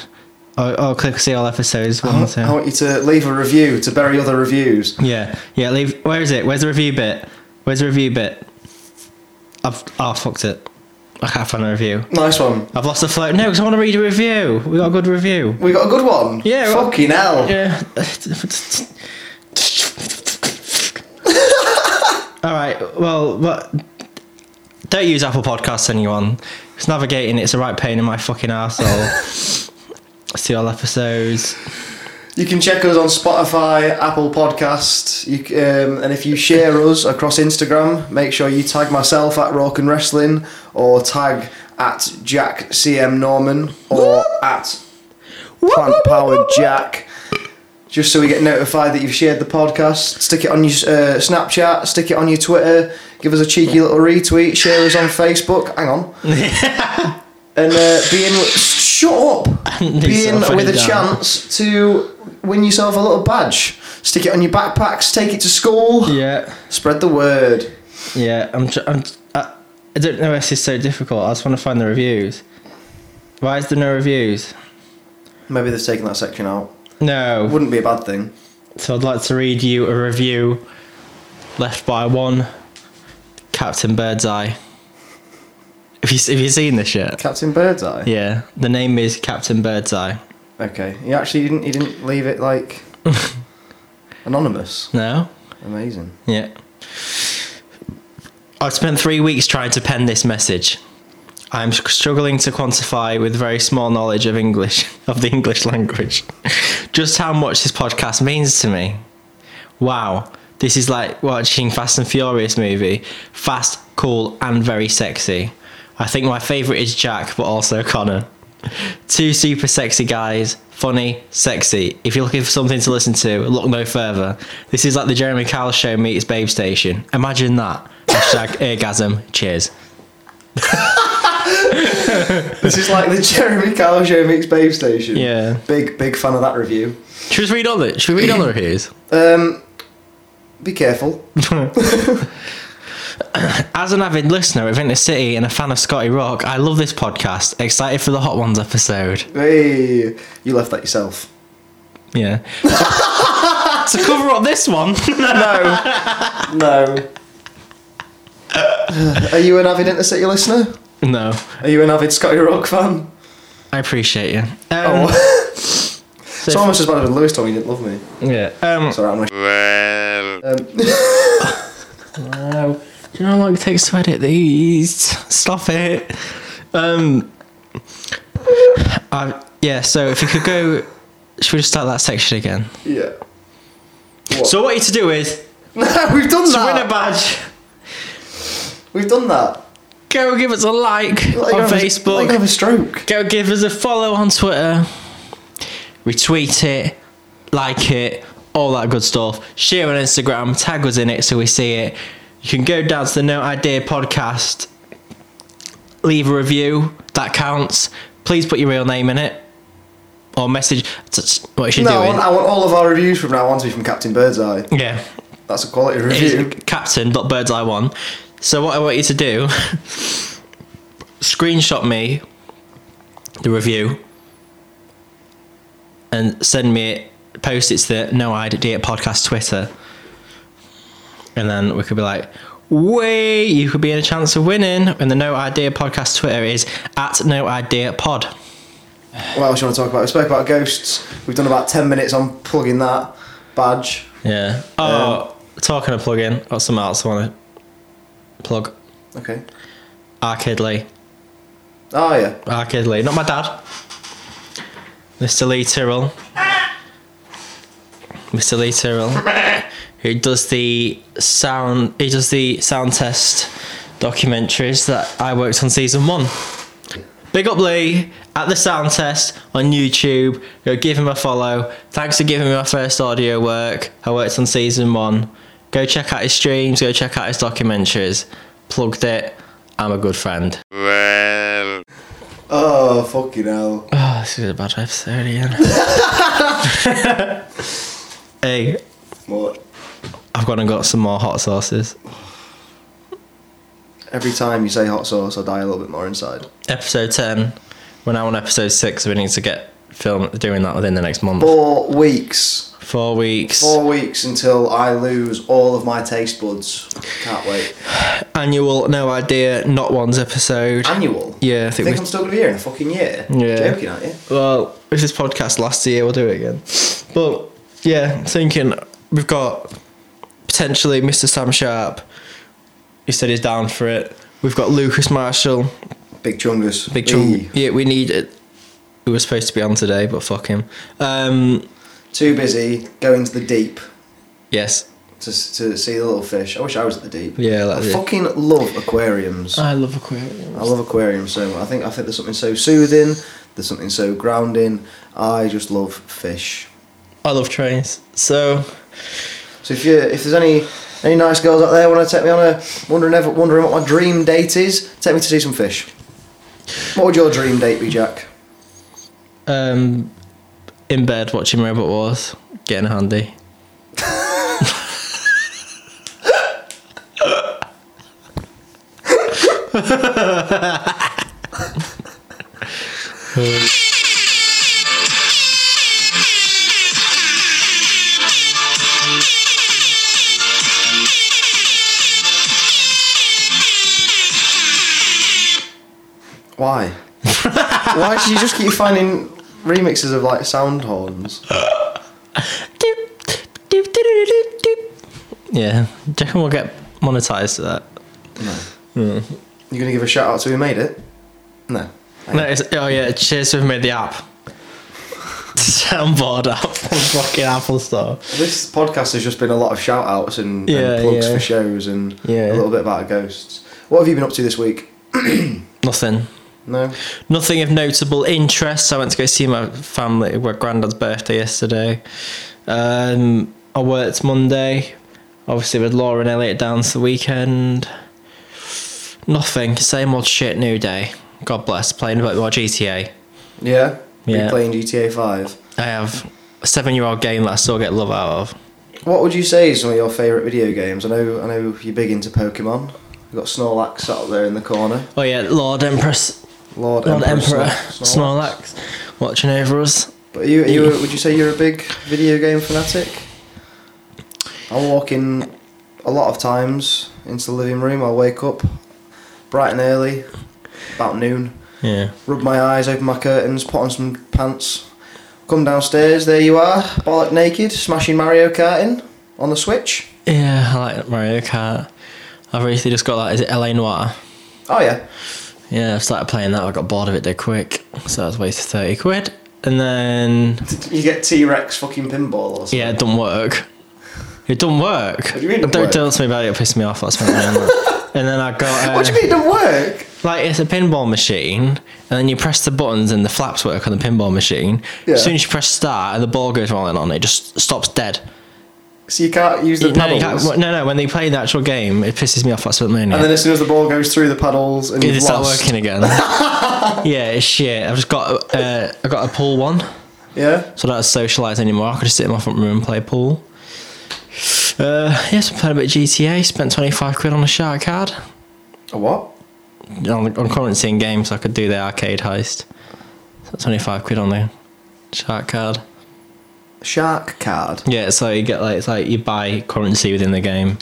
[SPEAKER 4] or, or click see all episodes. One, two.
[SPEAKER 3] I want you to leave a review to bury other reviews.
[SPEAKER 4] Yeah, yeah. Leave. Where is it? Where's the review bit? Where's the review bit? I've oh fucked it. I can't find a review.
[SPEAKER 3] Nice one.
[SPEAKER 4] I've lost the flow. No, because I want to read a review. We got a good review.
[SPEAKER 3] We got a good one.
[SPEAKER 4] Yeah, well-
[SPEAKER 3] Fucking hell.
[SPEAKER 4] Yeah. [laughs] All right. Well, but don't use Apple Podcasts, anyone. It's navigating. It's a right pain in my fucking asshole. See all episodes.
[SPEAKER 3] You can check us on Spotify, Apple Podcast, you, c- um, and if you share us across Instagram, make sure you tag myself at Rock and Wrestling or tag at Jack CM Norman or at Plant Powered Jack. Just so we get notified that you've shared the podcast, stick it on your uh, Snapchat, stick it on your Twitter, give us a cheeky little retweet, share us on Facebook. Hang on, and uh, being shut up,
[SPEAKER 4] Need
[SPEAKER 3] being
[SPEAKER 4] something
[SPEAKER 3] with a
[SPEAKER 4] done.
[SPEAKER 3] chance to win yourself a little badge, stick it on your backpacks, take it to school,
[SPEAKER 4] Yeah,
[SPEAKER 3] spread the word.
[SPEAKER 4] yeah. I'm. Tr- I'm I, I don't know. why This is so difficult. I just want to find the reviews. Why is there no reviews?
[SPEAKER 3] Maybe they've taken that section out.
[SPEAKER 4] No.
[SPEAKER 3] Wouldn't be a bad thing.
[SPEAKER 4] So I'd like to read you a review left by one Captain Birdseye. Have you, have you seen this yet?
[SPEAKER 3] Captain Birdseye.
[SPEAKER 4] Yeah, the name is Captain Birdseye.
[SPEAKER 3] Okay. He actually didn't. He didn't leave it [laughs] like anonymous.
[SPEAKER 4] No?
[SPEAKER 3] Amazing.
[SPEAKER 4] Yeah. I've spent three weeks trying to pen this message. I'm struggling to quantify with very small knowledge of English, [laughs] of the English language, [laughs] just how much this podcast means to me. Wow, this is like watching Fast and Furious movie. Fast, cool, and very sexy. I think my favourite is Jack, but also Connor. [laughs] Two super sexy guys, funny, sexy. If you're looking for something to listen to, look no further. This is like the Jeremy Kyle show meets Babe Station. Imagine that. Hashtag [laughs] orgasm. Cheers.
[SPEAKER 3] This is like the [laughs] Jeremy Kyle show meets Babe Station.
[SPEAKER 4] Yeah.
[SPEAKER 3] Big big fan of that review.
[SPEAKER 4] Should we just read all the Should we read all the reviews?
[SPEAKER 3] Um, be careful.
[SPEAKER 4] [clears throat] As an avid listener of Inner City and a fan of Scotty Rock, I love this podcast. Excited for the Hot Ones episode.
[SPEAKER 3] Hey, you left that yourself.
[SPEAKER 4] [laughs] Yeah. to cover up this one.
[SPEAKER 3] No. no. [sighs] Are you an avid Inter City listener?
[SPEAKER 4] [laughs] no,
[SPEAKER 3] Are you an avid Scotty Rock
[SPEAKER 4] [laughs]
[SPEAKER 3] fan?
[SPEAKER 4] I appreciate you. Um,
[SPEAKER 3] Oh,
[SPEAKER 4] so
[SPEAKER 3] it's almost as bad as when Lewis told me he didn't love me.
[SPEAKER 4] yeah. Um,
[SPEAKER 3] Sorry, I'm um, gonna.
[SPEAKER 4] no. Do you know how long it takes to edit these? Stop it. Um. I, uh, yeah. So if you could go, should we just start that section again?
[SPEAKER 3] [laughs] Yeah. [laughs]
[SPEAKER 4] So what you to do is
[SPEAKER 3] No, we've done
[SPEAKER 4] to win a
[SPEAKER 3] that.
[SPEAKER 4] badge.
[SPEAKER 3] We've done that.
[SPEAKER 4] Go give us a like
[SPEAKER 3] Let you
[SPEAKER 4] on
[SPEAKER 3] have a- let
[SPEAKER 4] Facebook.
[SPEAKER 3] you have a stroke.
[SPEAKER 4] Go give us a follow on Twitter. Retweet it, like it, all that good stuff. Share on Instagram, tag us in it so we see it. You can go down to the No Idea podcast, leave a review, that counts. Please put your real name in it. Or message. t- t- What is she
[SPEAKER 3] No, I
[SPEAKER 4] doing?
[SPEAKER 3] want, I want all of our reviews from now on to be from Captain Birdseye.
[SPEAKER 4] Yeah.
[SPEAKER 3] That's a quality
[SPEAKER 4] It
[SPEAKER 3] review.
[SPEAKER 4] is Captain dot Birds Eye One. So what I want you to do, [laughs] screenshot me the review, and send me it. Post it to the No Idea Podcast Twitter, and then we could be like, "Way, you could be in a chance of winning." And the No Idea Podcast Twitter is at No Idea Pod.
[SPEAKER 3] What else you want to talk about? We spoke about ghosts. We've done about 10 minutes on plugging that badge.
[SPEAKER 4] Yeah. Oh, talking of plug-in, got something else I want to plug.
[SPEAKER 3] Okay.
[SPEAKER 4] Arcade Lee.
[SPEAKER 3] Oh, yeah.
[SPEAKER 4] Arcade Lee, not my dad. Mr. Lee Tyrrell. Mr. Lee Tyrrell, who does the sound, he does the sound test documentaries that I worked on season one. Big up Lee at the sound test on YouTube. Go give him a follow. Thanks for giving me my first audio work. I worked on season one. Go check out his streams. Go check out his documentaries. Plugged it. I'm a good friend.
[SPEAKER 3] Oh, fucking hell.
[SPEAKER 4] Oh, this is a bad episode again. [laughs] hey,
[SPEAKER 3] What?
[SPEAKER 4] I've gone and got some more hot sauces.
[SPEAKER 3] Every time you say hot sauce, I die a little bit more inside.
[SPEAKER 4] Episode 10. We're now on episode 6. We need to get film doing that within the next month.
[SPEAKER 3] Four weeks.
[SPEAKER 4] Four weeks.
[SPEAKER 3] Four weeks until I lose all of my taste buds. Can't wait.
[SPEAKER 4] Annual, no idea, not one's episode.
[SPEAKER 3] Annual.
[SPEAKER 4] Yeah, I think
[SPEAKER 3] Think
[SPEAKER 4] we-
[SPEAKER 3] I'm still gonna be here in a fucking year.
[SPEAKER 4] Yeah.
[SPEAKER 3] Joking, aren't you?
[SPEAKER 4] well, if this podcast lasts a year, we'll do it again. But yeah, thinking we've got potentially Mr. Sam Sharp. He said he's down for it. We've got Lucas Marshall.
[SPEAKER 3] Big chungus.
[SPEAKER 4] Big chunk.
[SPEAKER 3] Eee.
[SPEAKER 4] Yeah, we need it. Who was supposed to be on today, but fuck him. Um,
[SPEAKER 3] Too busy going to the deep
[SPEAKER 4] Yes.
[SPEAKER 3] to, to see the little fish. I wish I was at the deep.
[SPEAKER 4] Yeah,
[SPEAKER 3] I
[SPEAKER 4] that's it. Ah.
[SPEAKER 3] fucking love aquariums.
[SPEAKER 4] I love aquarium.
[SPEAKER 3] I love aquariums so much. I think I think there's something so soothing. There's something so grounding. I just love fish.
[SPEAKER 4] I love trains. So
[SPEAKER 3] So if you if there's any any nice girls out there want to take me on a wondering ever wondering what my dream date is, take me to see some fish. What would your dream date be, Jack?
[SPEAKER 4] um in bed watching Robot Wars, getting handy. [laughs]
[SPEAKER 3] Why? Why do you just keep finding remixes of like sound horns?
[SPEAKER 4] Yeah. Do you reckon we'll get monetized for that?
[SPEAKER 3] You're gonna give a shout out to who made it? No.
[SPEAKER 4] No, it's, oh yeah, cheers we've made the app. [laughs] Soundboard app on fucking Apple Store.
[SPEAKER 3] This podcast has just been a lot of shout outs and,
[SPEAKER 4] Yeah,
[SPEAKER 3] and plugs
[SPEAKER 4] yeah.
[SPEAKER 3] for shows and
[SPEAKER 4] Yeah.
[SPEAKER 3] a little bit about ghosts. What have you been up to this week?
[SPEAKER 4] Nothing.
[SPEAKER 3] No?
[SPEAKER 4] Nothing of notable interest. I went to go see my family, my granddad's birthday yesterday. Um, I worked Monday, obviously with Laura and Elliot down to the weekend. Nothing. Same old shit, new day. God bless. Playing a bit more GTA.
[SPEAKER 3] Yeah? Are
[SPEAKER 4] Yeah.
[SPEAKER 3] you playing GTA 5?
[SPEAKER 4] I have a seven year old game that I still get love out of.
[SPEAKER 3] What would you say is some of your favourite video games? I know I know you're big into Pokemon. You've got Snorlax sat up there in the corner.
[SPEAKER 4] Oh, yeah, Lord Empress.
[SPEAKER 3] Lord,
[SPEAKER 4] Lord Emperor.
[SPEAKER 3] Snor- Snorlax.
[SPEAKER 4] Snorlax watching over us.
[SPEAKER 3] But are you, are you, would you say you're a big video game fanatic? I'll walk in a lot of times into the living room. I'll wake up bright and early, about noon,
[SPEAKER 4] Yeah.
[SPEAKER 3] rub my eyes, open my curtains, put on some pants, come downstairs, there you are, bollock naked, smashing Mario Kart in on the Switch.
[SPEAKER 4] Yeah, I like Mario Kart. I've recently just got that. Is it LA Noir?
[SPEAKER 3] Oh yeah,
[SPEAKER 4] Yeah, I've started playing that. I got bored of it dead quick, so I was wasted thirty quid. And then
[SPEAKER 3] you get T Rex fucking pinball or something.
[SPEAKER 4] yeah, it do not work. It do not work.
[SPEAKER 3] do you mean it don't
[SPEAKER 4] Don't
[SPEAKER 3] work?
[SPEAKER 4] tell me about it. It pissed me off. That's what
[SPEAKER 3] [laughs]
[SPEAKER 4] I mean. And then I got. Uh,
[SPEAKER 3] What do you mean it didn't work?
[SPEAKER 4] Like it's a pinball machine, and then you press the buttons and the flaps work on the pinball machine.
[SPEAKER 3] Yeah.
[SPEAKER 4] As soon as you press start and the ball goes rolling on, it just stops dead.
[SPEAKER 3] So you can't use the
[SPEAKER 4] no, you
[SPEAKER 3] paddles.
[SPEAKER 4] can't- no, no. When they play the actual game, it pisses me off. That's what I mean.
[SPEAKER 3] And
[SPEAKER 4] yeah.
[SPEAKER 3] then as soon as the ball goes through the paddles and
[SPEAKER 4] Is
[SPEAKER 3] you've
[SPEAKER 4] it start
[SPEAKER 3] lost, [laughs]
[SPEAKER 4] working again? yeah, it's shit. I've just got uh, I got a pool one,
[SPEAKER 3] yeah.
[SPEAKER 4] so I don't have to socialise anymore. I could just sit in my front room and play pool. Uh, yes, I played a bit of GTA. Spent twenty five quid on a shark card
[SPEAKER 3] A what?
[SPEAKER 4] on, on currency in games. So I could do the arcade heist. So twenty five quid on the shark card.
[SPEAKER 3] Shark card.
[SPEAKER 4] Yeah, so you get like it's like you buy currency within the game.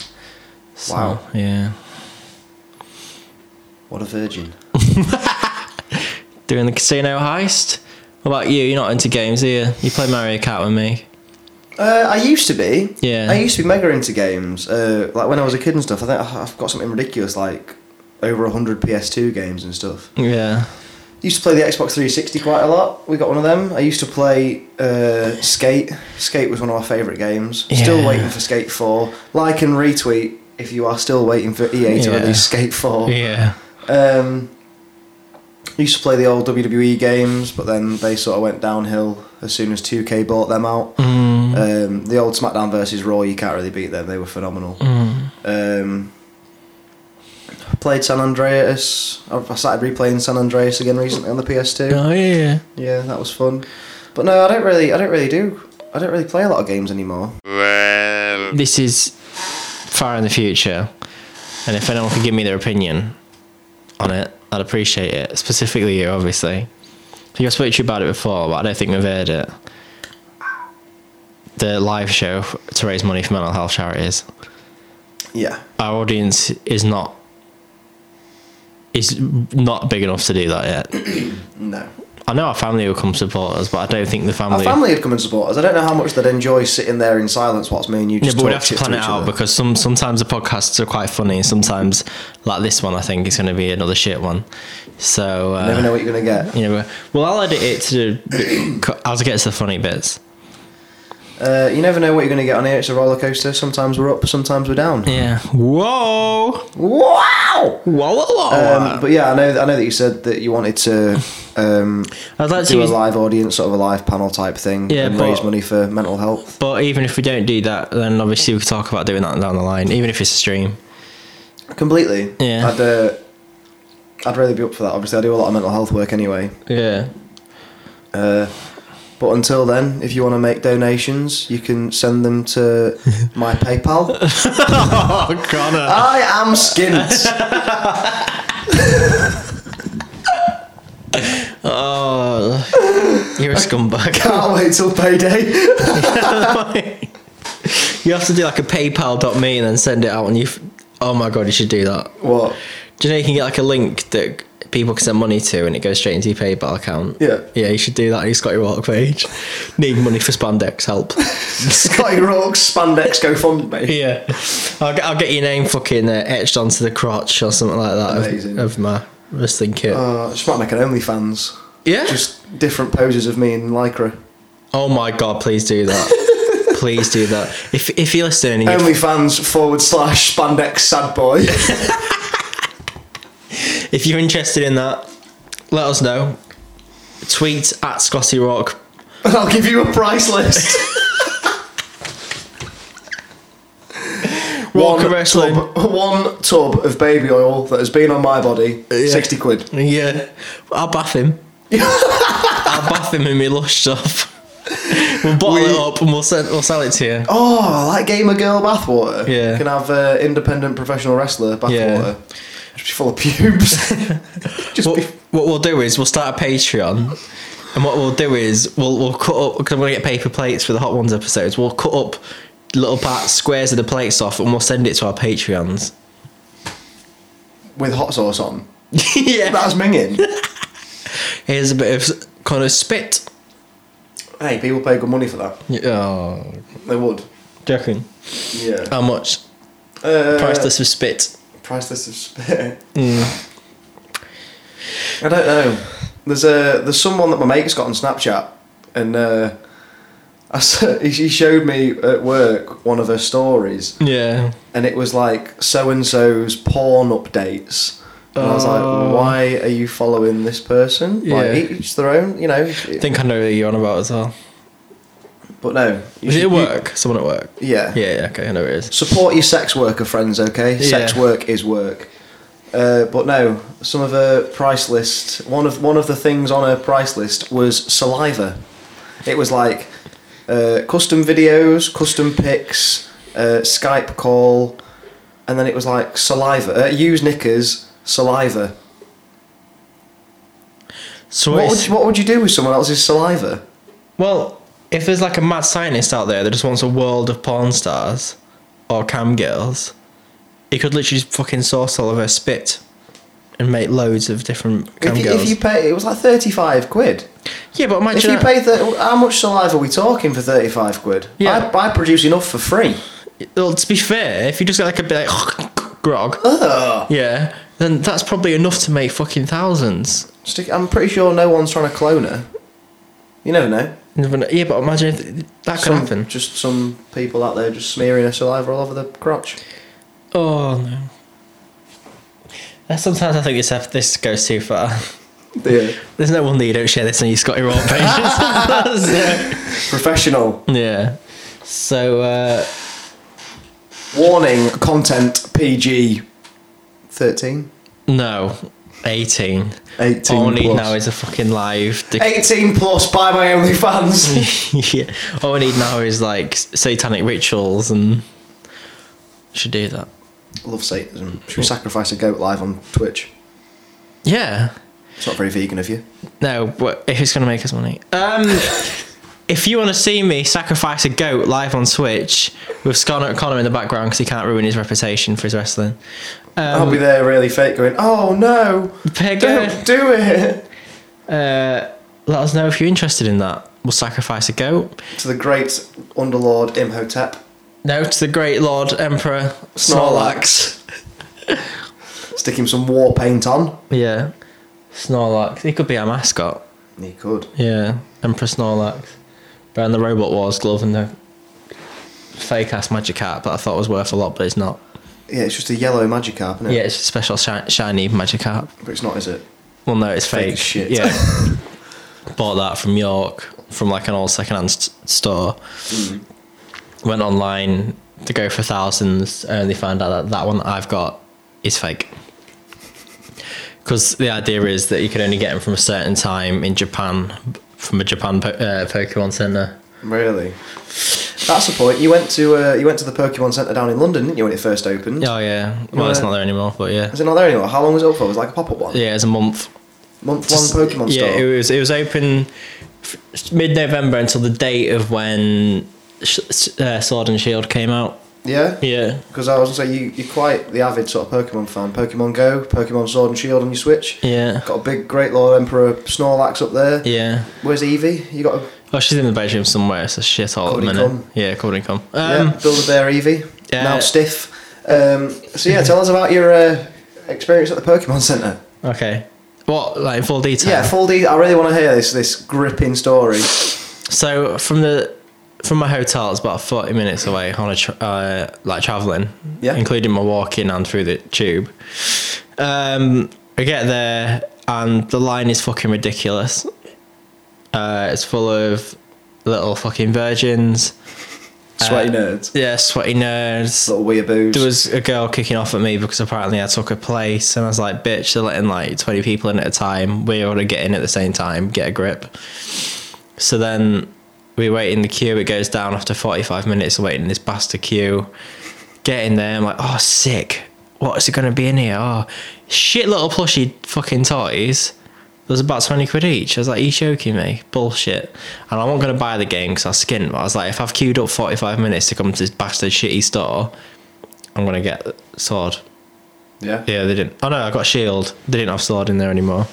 [SPEAKER 4] So,
[SPEAKER 3] Wow.
[SPEAKER 4] Yeah,
[SPEAKER 3] What a virgin.
[SPEAKER 4] doing the casino heist. What about you? You're not into games, are you? You play Mario Kart with me.
[SPEAKER 3] Uh, I used to be.
[SPEAKER 4] Yeah.
[SPEAKER 3] I used to be mega into games. Uh, like when I was a kid and stuff. I think I- I've got something ridiculous like over hundred PS2 games and stuff.
[SPEAKER 4] Yeah.
[SPEAKER 3] Used to play the Xbox 360 quite a lot. We got one of them. I used to play uh, Skate. Skate was one of my favourite games.
[SPEAKER 4] Yeah.
[SPEAKER 3] Still waiting for Skate 4. Like and retweet if you are still waiting for EA to
[SPEAKER 4] Yeah.
[SPEAKER 3] release Skate 4.
[SPEAKER 4] Yeah.
[SPEAKER 3] Um, used to play the old WWE games, but then they sort of went downhill as soon as 2K bought them out.
[SPEAKER 4] Mm.
[SPEAKER 3] Um, the old SmackDown versus Raw, you can't really beat them. They were phenomenal.
[SPEAKER 4] Mm.
[SPEAKER 3] Um, played San Andreas. I I started replaying San Andreas again recently on the PS2.
[SPEAKER 4] Oh yeah.
[SPEAKER 3] Yeah, that was fun. But no, I don't really, I don't really do. I don't really play a lot of games anymore.
[SPEAKER 4] This is far in the future, and if anyone could give me their opinion on it, I'd appreciate it. Specifically you, obviously. I think I spoke to you about it before, but I don't think we've heard it. The live show f- to raise money for mental health charities.
[SPEAKER 3] Yeah,
[SPEAKER 4] Our audience is not is not big enough to do that yet.
[SPEAKER 3] no.
[SPEAKER 4] I know our family will come support us, but I don't think the
[SPEAKER 3] Our
[SPEAKER 4] family.
[SPEAKER 3] family had come and support us. I don't know how much they'd enjoy sitting there in silence whilst me and you
[SPEAKER 4] Yeah,
[SPEAKER 3] just
[SPEAKER 4] but we'd
[SPEAKER 3] talk
[SPEAKER 4] have to
[SPEAKER 3] shit
[SPEAKER 4] plan it
[SPEAKER 3] each
[SPEAKER 4] out
[SPEAKER 3] other.
[SPEAKER 4] because some sometimes the podcasts are quite funny. Sometimes, like this one, I think is going to be another shit one. So uh,
[SPEAKER 3] You never know what you're gonna get.
[SPEAKER 4] [coughs] You know, well, I'll edit it to the- as it gets to the funny bits.
[SPEAKER 3] Uh, you never know what you're going to get on here. It's a roller coaster. Sometimes we're up, sometimes we're down.
[SPEAKER 4] Yeah. Whoa.
[SPEAKER 3] Wow.
[SPEAKER 4] Whoa. whoa, whoa.
[SPEAKER 3] Um, but yeah, I know. I know that you said that you wanted to
[SPEAKER 4] [laughs]
[SPEAKER 3] um,
[SPEAKER 4] I'd like to
[SPEAKER 3] do a
[SPEAKER 4] use-
[SPEAKER 3] live audience, sort of a live panel type thing,
[SPEAKER 4] Yeah,
[SPEAKER 3] and
[SPEAKER 4] but-
[SPEAKER 3] raise money for mental health.
[SPEAKER 4] but even if we don't do that, then obviously we could talk about doing that down the line, even if it's a stream.
[SPEAKER 3] Completely.
[SPEAKER 4] Yeah.
[SPEAKER 3] I'd, uh, I'd really be up for that. Obviously, I do a lot of mental health work anyway.
[SPEAKER 4] Yeah.
[SPEAKER 3] Uh, but until then, if you want to make donations, you can send them
[SPEAKER 4] [laughs]
[SPEAKER 3] to my PayPal.
[SPEAKER 4] Oh,
[SPEAKER 3] [laughs]
[SPEAKER 4] Connor.
[SPEAKER 3] I am
[SPEAKER 4] [laughs]
[SPEAKER 3] skint.
[SPEAKER 4] Oh, you're
[SPEAKER 3] [laughs]
[SPEAKER 4] a scumbag.
[SPEAKER 3] Can't wait till payday. [laughs]
[SPEAKER 4] you have to do like a PayPal.me and then send it out, and you. F- oh my god, you should do that.
[SPEAKER 3] What?
[SPEAKER 4] Do you know you can get like a link that people can send money to, and it goes straight into your PayPal account?
[SPEAKER 3] Yeah.
[SPEAKER 4] Yeah, you should do that. You've got your walk page. Need money for
[SPEAKER 3] [laughs]
[SPEAKER 4] spandex help.
[SPEAKER 3] Scotty Rourke's spandex GoFundMe.
[SPEAKER 4] yeah, I'll get, I'll get your name fucking uh, etched onto the crotch or something like that. of-
[SPEAKER 3] Amazing.
[SPEAKER 4] Of, my wrestling kit.
[SPEAKER 3] Uh, just might make an OnlyFans.
[SPEAKER 4] yeah.
[SPEAKER 3] Just different poses of me in lycra.
[SPEAKER 4] oh my god, please
[SPEAKER 3] [laughs]
[SPEAKER 4] do that. please do that. If if you're listening, and you,
[SPEAKER 3] OnlyFans forward slash spandex sad boy.
[SPEAKER 4] if you're interested in that, let us know. Tweet at Scotty Rock.
[SPEAKER 3] [laughs] and I'll give you a price list.
[SPEAKER 4] [laughs] Walker Wrestling.
[SPEAKER 3] Tub, one tub of baby oil that has been on my body,
[SPEAKER 4] Yeah.
[SPEAKER 3] 60
[SPEAKER 4] [laughs]
[SPEAKER 3] quid.
[SPEAKER 4] Yeah, I'll bath him. I'll bath him in my lush stuff. [laughs] We'll bottle
[SPEAKER 3] We-
[SPEAKER 4] it up and we'll sell, we'll sell it to you.
[SPEAKER 3] Oh, I like Gamer Girl bathwater.
[SPEAKER 4] Yeah.
[SPEAKER 3] You can have uh, independent professional wrestler
[SPEAKER 4] Yeah.
[SPEAKER 3] bathwater. Just be full of
[SPEAKER 4] [laughs]
[SPEAKER 3] pubes. Just
[SPEAKER 4] What,
[SPEAKER 3] be.
[SPEAKER 4] what we'll do is we'll start a Patreon, and what we'll do is we'll we'll cut up because I'm gonna get paper plates for the Hot Ones episodes. We'll cut up little part squares of the plates off, and we'll send it to our
[SPEAKER 3] [laughs]
[SPEAKER 4] Patreons.
[SPEAKER 3] With hot sauce on.
[SPEAKER 4] yeah,
[SPEAKER 3] That's minging.
[SPEAKER 4] here's a bit of kind of spit.
[SPEAKER 3] hey, people pay good money for that.
[SPEAKER 4] Oh,
[SPEAKER 3] They would.
[SPEAKER 4] joking.
[SPEAKER 3] Yeah.
[SPEAKER 4] How much?
[SPEAKER 3] Uh,
[SPEAKER 4] Priceless Mm. of spit.
[SPEAKER 3] Priceless of spit. I don't know. There's a there's someone that my mate's got on Snapchat, and uh, [laughs] I s he she showed me at work one of her stories,
[SPEAKER 4] Yeah.
[SPEAKER 3] and it was like so and so's porn updates. And I was
[SPEAKER 4] Oh.
[SPEAKER 3] like, why are you following this person?
[SPEAKER 4] Yeah.
[SPEAKER 3] Like each their own, you know.
[SPEAKER 4] I think I know who you're on about as well.
[SPEAKER 3] But no, you
[SPEAKER 4] Is
[SPEAKER 3] should-
[SPEAKER 4] it at
[SPEAKER 3] you-
[SPEAKER 4] work? Someone at work.
[SPEAKER 3] yeah.
[SPEAKER 4] Yeah, yeah, okay, I know it is.
[SPEAKER 3] Support your sex worker friends, okay? Sex
[SPEAKER 4] Yeah.
[SPEAKER 3] work is work. Uh, but no, some of her price list. One of one of the things on her price list was saliva. It was like uh, custom videos, custom pics, uh, Skype call, and then it was like saliva. Uh, use knickers, saliva.
[SPEAKER 4] So
[SPEAKER 3] What
[SPEAKER 4] it's-
[SPEAKER 3] would, what would you do with someone else's saliva?
[SPEAKER 4] well, if there's like a mad scientist out there that just wants a world of porn stars or cam girls, he could literally just fucking source all of her spit and make loads of different cam
[SPEAKER 3] If you,
[SPEAKER 4] girls.
[SPEAKER 3] if you pay, it was like thirty-five quid.
[SPEAKER 4] yeah, but
[SPEAKER 3] If
[SPEAKER 4] imagine
[SPEAKER 3] you
[SPEAKER 4] that-
[SPEAKER 3] pay, th- how much saliva are we talking for thirty-five quid?
[SPEAKER 4] Yeah.
[SPEAKER 3] I, I produce enough for free.
[SPEAKER 4] well, to be fair, if you just get like a bit like [laughs] grog, yeah, then that's probably enough to make fucking thousands.
[SPEAKER 3] Stick, I'm pretty sure no one's trying to clone her. You never know.
[SPEAKER 4] Never kn- Yeah, but imagine if that could
[SPEAKER 3] Some-
[SPEAKER 4] happen.
[SPEAKER 3] Just some people out there just smearing her saliva all over the crotch.
[SPEAKER 4] Oh no. That's- Sometimes I think this this goes too far. [laughs]
[SPEAKER 3] Yeah.
[SPEAKER 4] There's no wonder you don't share this on your Scotty Raw pages. [laughs] yeah.
[SPEAKER 3] Professional.
[SPEAKER 4] So uh,
[SPEAKER 3] Warning. Content PG. 13.
[SPEAKER 4] no, 18.
[SPEAKER 3] 18
[SPEAKER 4] All I need
[SPEAKER 3] plus.
[SPEAKER 4] now is a fucking live. dick-
[SPEAKER 3] 18 plus by my OnlyFans.
[SPEAKER 4] [laughs] yeah. All I need now is like satanic rituals and should do that.
[SPEAKER 3] Love Satanism. Should we sacrifice a goat live on Twitch?
[SPEAKER 4] Yeah.
[SPEAKER 3] It's not very vegan of you.
[SPEAKER 4] No, but if it's gonna make us money. Um, [laughs] if you want to see me sacrifice a goat live on Twitch with Connor, Connor in the background because he can't ruin his reputation for his wrestling. um,
[SPEAKER 3] I'll be there really fake going, oh no,
[SPEAKER 4] Peg, uh,
[SPEAKER 3] don't do it.
[SPEAKER 4] uh, let us know if you're interested in that. We'll sacrifice a goat.
[SPEAKER 3] To the great Underlord Imhotep.
[SPEAKER 4] No, to the great Lord Emperor Snorlax.
[SPEAKER 3] Snorlax. Stick him some war paint on.
[SPEAKER 4] Yeah, Snorlax. He could be our mascot.
[SPEAKER 3] He could.
[SPEAKER 4] Yeah, Emperor Snorlax. Wearing the Robot Wars glove and the fake ass Magikarp that I thought was worth a lot, but it's not.
[SPEAKER 3] Yeah, it's just a yellow Magikarp, isn't it?
[SPEAKER 4] Yeah, it's a special shi- shiny Magikarp.
[SPEAKER 3] But it's not, is it?
[SPEAKER 4] Well, no, it's
[SPEAKER 3] Fake
[SPEAKER 4] fake.
[SPEAKER 3] as shit.
[SPEAKER 4] [laughs] Yeah. Bought that from York from like an old secondhand st- store. Went online to go for thousands, and they found out that that one that I've got is fake. Because the idea is that you can only get them from a certain time in Japan, from a Japan po- uh, Pokemon Center.
[SPEAKER 3] Really? That's the point. You went to uh, you went to the Pokemon Centre down in London, didn't you, when it first opened?
[SPEAKER 4] Oh yeah, well it's
[SPEAKER 3] Yeah.
[SPEAKER 4] not there anymore, but yeah,
[SPEAKER 3] Is it not there anymore? How long was it up for? It was like a pop up one.
[SPEAKER 4] yeah, it's a month.
[SPEAKER 3] Month
[SPEAKER 4] Just-
[SPEAKER 3] long Pokemon
[SPEAKER 4] yeah,
[SPEAKER 3] store.
[SPEAKER 4] it was it was open mid November until the date of when Sh- S- uh, Sword and Shield came out.
[SPEAKER 3] yeah?
[SPEAKER 4] Yeah,
[SPEAKER 3] Because I was going to say, you, you're quite the avid sort of Pokemon fan. Pokemon Go, Pokemon Sword and Shield on your Switch.
[SPEAKER 4] yeah,
[SPEAKER 3] Got a big Great Lord Emperor Snorlax up there.
[SPEAKER 4] yeah.
[SPEAKER 3] Where's Eevee? You got a
[SPEAKER 4] Oh, she's in the bedroom somewhere. It's a shit hole at the
[SPEAKER 3] Courtney
[SPEAKER 4] minute.
[SPEAKER 3] Cum.
[SPEAKER 4] Yeah, Courtney Cum. Um,
[SPEAKER 3] yeah, Build a Bear Eevee.
[SPEAKER 4] yeah.
[SPEAKER 3] Now stiff. Um, so yeah, tell us about your uh, experience at the Pokemon Centre.
[SPEAKER 4] Okay. What like in full detail?
[SPEAKER 3] Yeah, full detail. I really want to hear this this gripping story.
[SPEAKER 4] So from the from my hotel, it's about forty minutes away on a tr uh, like traveling,
[SPEAKER 3] Yeah.
[SPEAKER 4] including my walk in and through the tube. Um, I get there and the line is fucking ridiculous. Uh, it's full of little fucking virgins.
[SPEAKER 3] Sweaty nerds.
[SPEAKER 4] Yeah, sweaty nerds.
[SPEAKER 3] Uh, Little weeaboos.
[SPEAKER 4] There was a girl kicking off at me because apparently I took her place, and I was like, "Bitch, they're letting like twenty people in at a time. We ought to get in at the same time, get a grip." So then we wait in the queue. It goes down after forty-five minutes of waiting in this bastard queue. Get in there. I'm like, "Oh, sick. What is it going to be in here? Oh, shit, little plushy fucking toys." There was about 20 quid each. I was like, you joking me? Bullshit. And I wasn't going to buy the game because I was skint. But I was like, if I've queued up 45 minutes to come to this bastard shitty store, I'm gonna get sword.
[SPEAKER 3] yeah.
[SPEAKER 4] Yeah, they didn't. Oh no, I got shield. They didn't have sword in there anymore.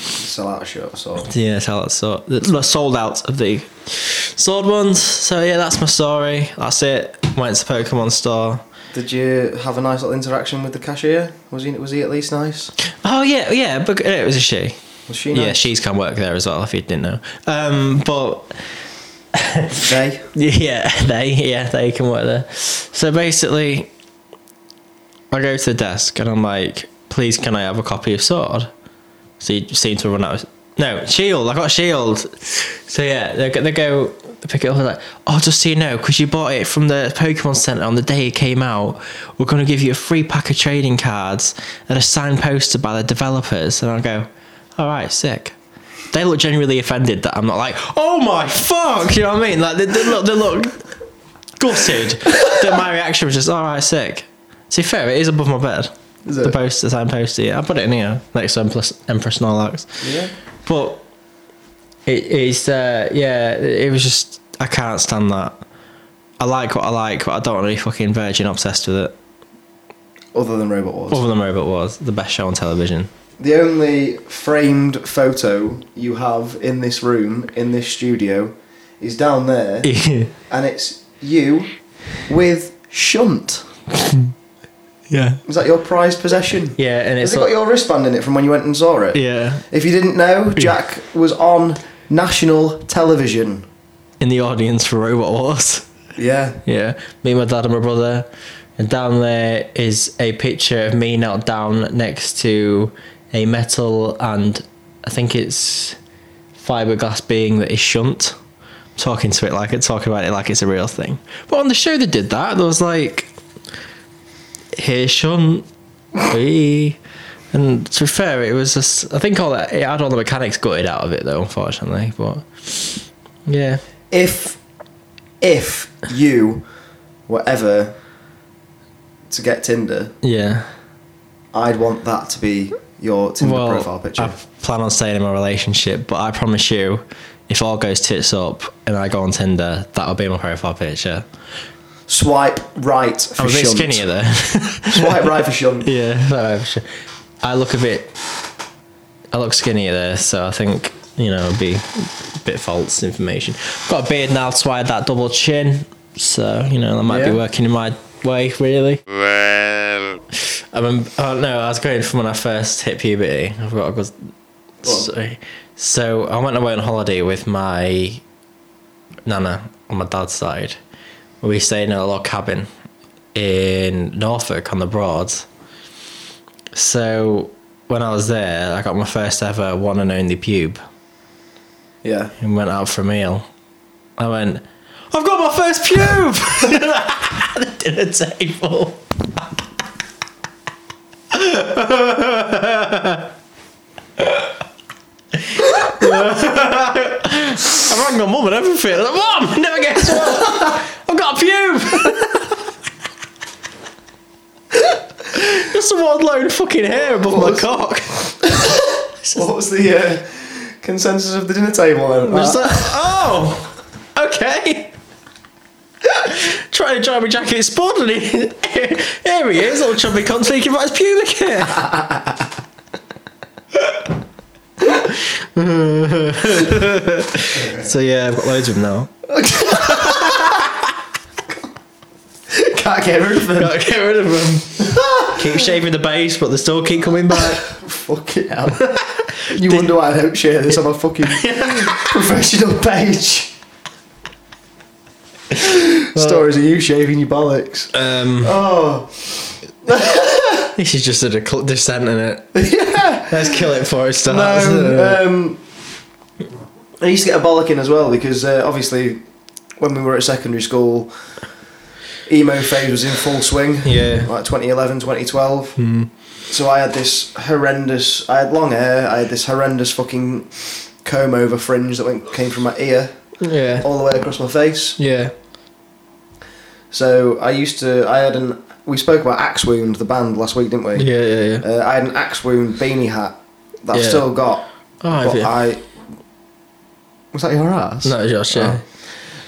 [SPEAKER 3] Sell out a shot. So
[SPEAKER 4] Yeah, tell that sword. they're Sold out of the sword ones. So yeah, that's my story. That's it. Went to Pokemon store.
[SPEAKER 3] did you have a nice little interaction with the cashier? Was he was he at least nice?
[SPEAKER 4] Oh yeah, yeah. But it was a she.
[SPEAKER 3] Was she nice?
[SPEAKER 4] Yeah, she's come work there as well. If you didn't know. Um, but [laughs]
[SPEAKER 3] They.
[SPEAKER 4] Yeah, they yeah they can work there. So basically, I go to the desk and I'm like, "Please, can I have a copy of Sword?" So you seem to run out. Of, no, Shield. I got Shield. So yeah, they go, they go they pick it up and like, "Oh, just so you know, because you bought it from the Pokemon Center on the day it came out, we're gonna give you a free pack of trading cards and a signed poster by the developers." And I go, "All right, sick." they look genuinely offended that I'm not like, oh my fuck, you know what I mean? Like they, they look, they look gutted that my reaction was just, all right, sick. To be fair, it is above my bed.
[SPEAKER 3] Is
[SPEAKER 4] The
[SPEAKER 3] it?
[SPEAKER 4] poster, the signed poster. Yeah, I put it in here next to Empress, Empress Snorlax.
[SPEAKER 3] Yeah.
[SPEAKER 4] But it is, uh, yeah, it was just I can't stand that. I like what I like, but I don't want to be fucking virgin obsessed with it.
[SPEAKER 3] Other than Robot Wars.
[SPEAKER 4] Other than Robot Wars, the best show on television. [laughs]
[SPEAKER 3] The only framed photo you have in this room, in this studio, is down there,
[SPEAKER 4] yeah.
[SPEAKER 3] and it's you with Shunt. Is that your prized possession?
[SPEAKER 4] Yeah, and
[SPEAKER 3] Has
[SPEAKER 4] it's
[SPEAKER 3] it got
[SPEAKER 4] like,
[SPEAKER 3] your wristband in it from when you went and saw it?
[SPEAKER 4] yeah,
[SPEAKER 3] If you didn't know, Jack was on national television.
[SPEAKER 4] in the audience for Robot Wars.
[SPEAKER 3] Yeah.
[SPEAKER 4] Yeah, me, my dad, and my brother. And down there is a picture of me knelt down next to a metal and I think it's fiberglass being that is shunt. I'm talking to it like it, talking about it like it's a real thing. But on the show they did that. There was like, here's shunt, wee. And to be fair, it was just, I think all that, it had all the mechanics gutted out of it though, unfortunately. But yeah,
[SPEAKER 3] If if you were ever to get Tinder,
[SPEAKER 4] yeah.
[SPEAKER 3] I'd want that to be your Tinder
[SPEAKER 4] well,
[SPEAKER 3] profile picture.
[SPEAKER 4] I plan on staying in my relationship, but I promise you, if all goes tits up and I go on Tinder, that'll be my profile picture.
[SPEAKER 3] Swipe right for
[SPEAKER 4] I'm a bit
[SPEAKER 3] shunt.
[SPEAKER 4] skinnier though. [laughs]
[SPEAKER 3] Swipe right for shunt.
[SPEAKER 4] yeah, no, for sure. I look a bit. I look skinnier there, so I think you know it'd be a bit false information. Got a beard now to hide that double chin, so you know that might
[SPEAKER 3] Yeah.
[SPEAKER 4] be working in my way really. I mean, oh no, I was going from when I first hit puberty. I've got a good. So, so I went away on holiday with my nana on my dad's side, We stayed in a log cabin in Norfolk on the Broads. So when I was there, I got my first ever one and only pube
[SPEAKER 3] Yeah.
[SPEAKER 4] and went out for a meal. I went, I've got my first pube! [laughs] at the dinner table. [laughs] I rang my mum and everything. I was like, Mum, never guess what? I've got a pube! [laughs] Just a one lone fucking hair above my cock.
[SPEAKER 3] What was the uh, consensus of the dinner table then?
[SPEAKER 4] It's [laughs] like, oh, okay. [laughs] Trying to drive my jacket is spotted. [laughs] Here he is, old chubby cunt, thinking about his pubic hair. [laughs] so yeah, I've got loads of them now.
[SPEAKER 3] [laughs] Can't get rid of them.
[SPEAKER 4] Gotta get rid of them. [laughs] keep shaving the base, but they still keep coming back.
[SPEAKER 3] Fucking hell. [laughs] You wonder why I don't share this on my fucking professional page. Stories of you shaving your bollocks.
[SPEAKER 4] [laughs] Um,
[SPEAKER 3] Oh,
[SPEAKER 4] this is just a dec- descent in it.
[SPEAKER 3] [laughs] yeah.
[SPEAKER 4] Let's kill it before it starts. uh,
[SPEAKER 3] No, um, I used to get a bollock in as well because uh, obviously when we were at secondary school, emo phase was in full swing.
[SPEAKER 4] Yeah.
[SPEAKER 3] Like 2011, 2012.
[SPEAKER 4] Hmm.
[SPEAKER 3] So I had this horrendous, I had long hair, I had this horrendous fucking comb over fringe that went, came from my ear
[SPEAKER 4] yeah,
[SPEAKER 3] all the way across my face.
[SPEAKER 4] yeah.
[SPEAKER 3] So I used to. I had an. We spoke about Axe Wound, the band, last week, didn't we?
[SPEAKER 4] Yeah, yeah, yeah.
[SPEAKER 3] Uh, I had an Axe Wound beanie hat that I've
[SPEAKER 4] Yeah.
[SPEAKER 3] still got.
[SPEAKER 4] Oh, have
[SPEAKER 3] but
[SPEAKER 4] you?
[SPEAKER 3] I. Was that your ass?
[SPEAKER 4] No, Josh, yeah.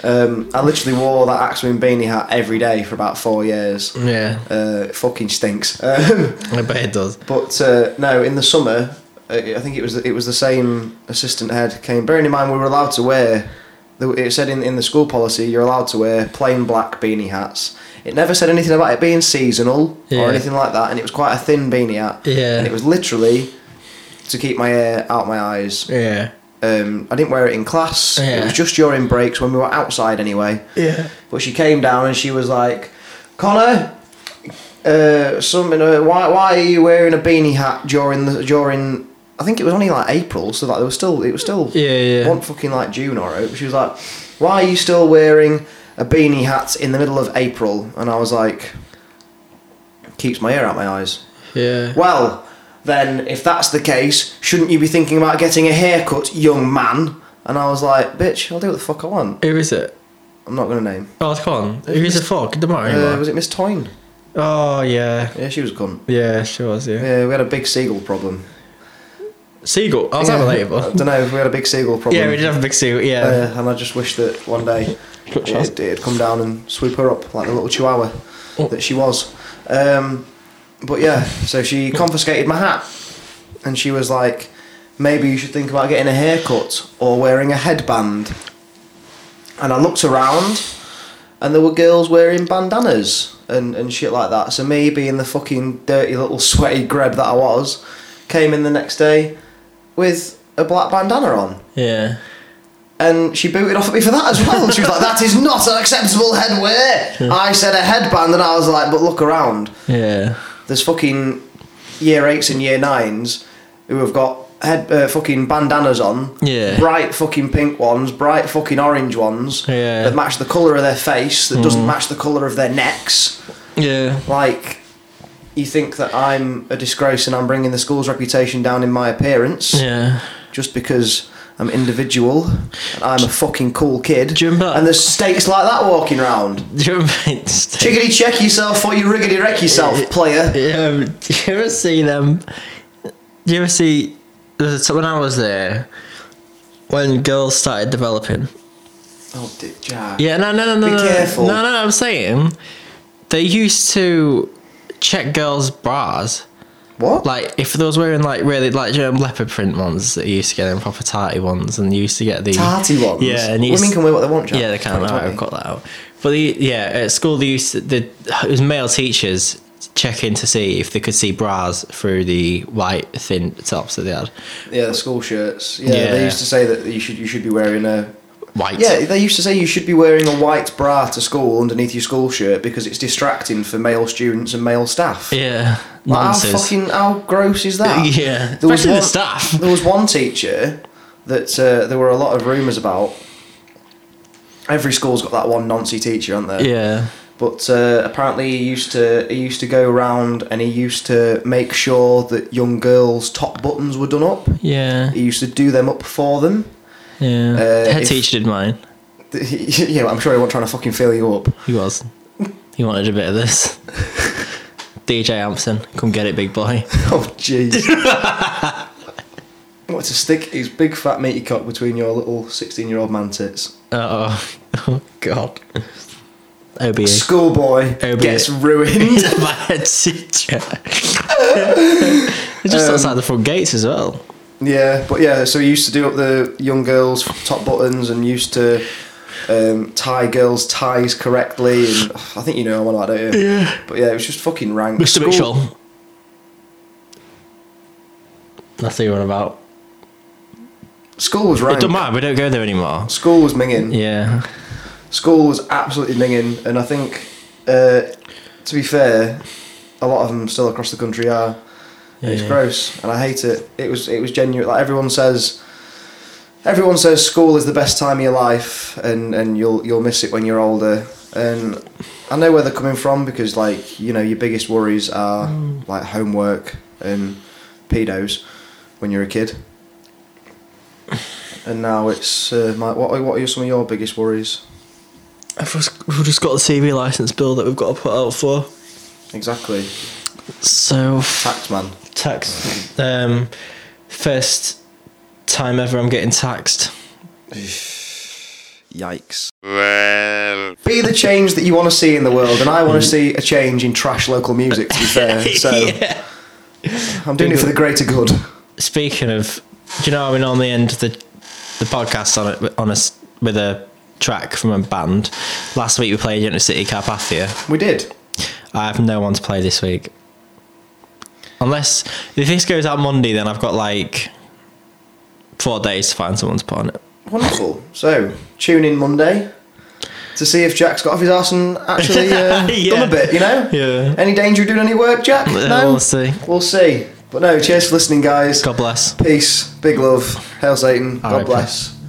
[SPEAKER 3] Um, I literally wore that Axe Wound beanie hat every day for about four years.
[SPEAKER 4] Yeah,
[SPEAKER 3] Uh, it fucking stinks. Um,
[SPEAKER 4] I bet it does.
[SPEAKER 3] but uh, no, in the summer, uh, I think it was it was the same assistant head came. Bearing in mind, we were allowed to wear. It said in, in the school policy you're allowed to wear plain black beanie hats. It never said anything about it being seasonal
[SPEAKER 4] Yeah.
[SPEAKER 3] or anything like that, and it was quite a thin beanie hat.
[SPEAKER 4] Yeah.
[SPEAKER 3] And it was literally to keep my hair out my eyes.
[SPEAKER 4] Yeah.
[SPEAKER 3] Um, I didn't wear it in class. It
[SPEAKER 4] Yeah.
[SPEAKER 3] was just during breaks when we were outside anyway.
[SPEAKER 4] Yeah.
[SPEAKER 3] But she came down and she was like, Connor, uh, something. Uh, why, why are you wearing a beanie hat during the during? I think it was only like April, so like there was still it was still
[SPEAKER 4] Yeah, yeah.
[SPEAKER 3] one fucking like June or it. She was like, why are you still wearing a beanie hat in the middle of April? And I was like, keeps my ear out my eyes.
[SPEAKER 4] Yeah.
[SPEAKER 3] Well, then if that's the case, shouldn't you be thinking about getting a haircut, young man? And I was like, bitch, I'll do what the fuck I want.
[SPEAKER 4] Who is it?
[SPEAKER 3] I'm not gonna name.
[SPEAKER 4] Oh, come on. Who is it for? The Mario
[SPEAKER 3] Uh,
[SPEAKER 4] one?
[SPEAKER 3] was it Miss Toyne?
[SPEAKER 4] Oh, yeah.
[SPEAKER 3] Yeah, she was a cunt.
[SPEAKER 4] Yeah, she was, yeah.
[SPEAKER 3] Yeah, we had a big seagull problem.
[SPEAKER 4] Seagull. Oh, was
[SPEAKER 3] yeah, [laughs]
[SPEAKER 4] that
[SPEAKER 3] I
[SPEAKER 4] relatable?
[SPEAKER 3] don't know. We had a big seagull problem.
[SPEAKER 4] Yeah, we did have a big seagull, yeah.
[SPEAKER 3] Uh, and I just wish that one day it,
[SPEAKER 4] Good shot.
[SPEAKER 3] it'd come down and sweep her up like the little chihuahua
[SPEAKER 4] Oh.
[SPEAKER 3] that she was. Um, but yeah, so she confiscated my hat, and she was like, "Maybe you should think about getting a haircut or wearing a headband." And I looked around, and there were girls wearing bandanas and, and shit like that. So me being the fucking dirty little sweaty greb that I was, came in the next day with a black bandana on.
[SPEAKER 4] yeah.
[SPEAKER 3] And she booted off at me for that as well. She was like, "That is not an acceptable headwear." I said a headband, and I was like, "But look around.
[SPEAKER 4] Yeah.
[SPEAKER 3] There's fucking year eights and year nines who have got head uh, fucking bandanas on.
[SPEAKER 4] Yeah.
[SPEAKER 3] Bright fucking pink ones, bright fucking orange ones
[SPEAKER 4] Yeah. Mm.
[SPEAKER 3] that match the color of their face that doesn't match the color of their necks.
[SPEAKER 4] Yeah.
[SPEAKER 3] Like, you think that I'm a disgrace and I'm bringing the school's reputation down in my appearance?
[SPEAKER 4] Yeah.
[SPEAKER 3] just because I'm individual and I'm a fucking cool kid.
[SPEAKER 4] Do you remember-
[SPEAKER 3] And there's stakes like that walking around.
[SPEAKER 4] Do [laughs] you remember? Chicken.
[SPEAKER 3] Chickity check yourself or you riggedy wreck yourself, player.
[SPEAKER 4] Yeah, do you ever see them? Do you ever see. there's a t- When I was there, when girls started developing,
[SPEAKER 3] Oh, dick jack.
[SPEAKER 4] Yeah, no, no, no, no.
[SPEAKER 3] Be
[SPEAKER 4] no,
[SPEAKER 3] careful.
[SPEAKER 4] No, no, no, I'm saying they used to check girls' bras.
[SPEAKER 3] What?
[SPEAKER 4] Like, if those were in, like, really, like, you know, leopard print ones that you used to get in proper tarty ones, and you used to get the.
[SPEAKER 3] Tarty ones.
[SPEAKER 4] Yeah, and you
[SPEAKER 3] women
[SPEAKER 4] used-
[SPEAKER 3] can wear what they want. Jack.
[SPEAKER 4] Yeah, they can.
[SPEAKER 3] Twenty,
[SPEAKER 4] Right, I've
[SPEAKER 3] twenty.
[SPEAKER 4] got that out. But the, yeah, at school they used to, the it was male teachers checking to see if they could see bras through the white thin tops that they had.
[SPEAKER 3] Yeah, the school shirts. Yeah,
[SPEAKER 4] Yeah.
[SPEAKER 3] they used to say that you should you should be wearing a
[SPEAKER 4] white.
[SPEAKER 3] Yeah, they used to say you should be wearing a white bra to school underneath your school shirt because it's distracting for male students and male staff.
[SPEAKER 4] Yeah.
[SPEAKER 3] Like, how
[SPEAKER 4] Nonsense.
[SPEAKER 3] fucking how gross is [laughs] that?
[SPEAKER 4] Yeah,
[SPEAKER 3] There was
[SPEAKER 4] especially the
[SPEAKER 3] one-
[SPEAKER 4] staff.
[SPEAKER 3] [laughs] There was one teacher that uh, there were a lot of rumours about. Every school's got that one Nancy teacher, aren't there?
[SPEAKER 4] yeah.
[SPEAKER 3] But uh, apparently, he used to he used to go round and he used to make sure that young girls' top buttons were done up.
[SPEAKER 4] Yeah.
[SPEAKER 3] He used to do them up for them. [laughs]
[SPEAKER 4] Yeah.
[SPEAKER 3] Uh,
[SPEAKER 4] Head
[SPEAKER 3] if-
[SPEAKER 4] teacher did mine.
[SPEAKER 3] yeah, I'm sure he wasn't trying to fucking fill you up. [laughs]
[SPEAKER 4] He was. He wanted a bit of this. [laughs] DJ Hampson, come get it, big boy.
[SPEAKER 3] Oh [laughs] jeez. What to stick his big fat meaty cock between your little sixteen-year-old man tits.
[SPEAKER 4] Oh, [laughs] oh God. [laughs] OBE.
[SPEAKER 3] Schoolboy
[SPEAKER 4] Oh, be
[SPEAKER 3] gets
[SPEAKER 4] it. [laughs]
[SPEAKER 3] ruined.
[SPEAKER 4] My head [laughs] teacher. It's just outside the front gates as well.
[SPEAKER 3] Yeah, but yeah, so he used to do up the young girls' top buttons and used to um, tie girls' ties correctly. And I think you know what I do. not you? Yeah. But yeah, it was just fucking rank.
[SPEAKER 4] Mr.
[SPEAKER 3] School-
[SPEAKER 4] Mitchell. That's what you're on about.
[SPEAKER 3] School was
[SPEAKER 4] It
[SPEAKER 3] rank.
[SPEAKER 4] don't matter, we don't go there anymore.
[SPEAKER 3] School was minging.
[SPEAKER 4] Yeah.
[SPEAKER 3] School was absolutely minging, and I think, uh, to be fair, a lot of them still across the country are. it's
[SPEAKER 4] Yeah.
[SPEAKER 3] gross, and I hate it. It was it was genuine. Like everyone says, everyone says school is the best time of your life, and, and you'll you'll miss it when you're older. And I know where they're coming from because like you know your biggest worries are
[SPEAKER 4] Mm.
[SPEAKER 3] like homework and pedos when you're a kid. And now it's uh, Mike. What are- what are some of your biggest worries?
[SPEAKER 4] I've just, we've just got the TV license bill that we've got to put out for.
[SPEAKER 3] Exactly,
[SPEAKER 4] So
[SPEAKER 3] tax man.
[SPEAKER 4] tax. Um, first time ever I'm getting taxed.
[SPEAKER 3] Yikes. Be the change that you want to see in the world, and I want to see a change in trash local music,
[SPEAKER 4] [laughs]
[SPEAKER 3] to be fair. So
[SPEAKER 4] Mm. Yeah.
[SPEAKER 3] I'm doing it for the greater good.
[SPEAKER 4] Speaking of, do you know how we normally end the the podcast on it on a s with a track from a band? Last week we played Unit City Carpathia.
[SPEAKER 3] We did.
[SPEAKER 4] I have no one to play this week. Unless if this goes out Monday, then I've got like four days to find someone to put on it.
[SPEAKER 3] Wonderful. So tune in Monday to see if Jack's got off his arse and actually uh,
[SPEAKER 4] [laughs] Yeah.
[SPEAKER 3] done a bit, you know?
[SPEAKER 4] Yeah.
[SPEAKER 3] Any danger of doing any work, Jack?
[SPEAKER 4] Uh,
[SPEAKER 3] No?
[SPEAKER 4] We'll see.
[SPEAKER 3] We'll see. But no, cheers for listening, guys.
[SPEAKER 4] God bless.
[SPEAKER 3] Peace. Big love. Hail Satan. God
[SPEAKER 4] R.I.P.
[SPEAKER 3] bless.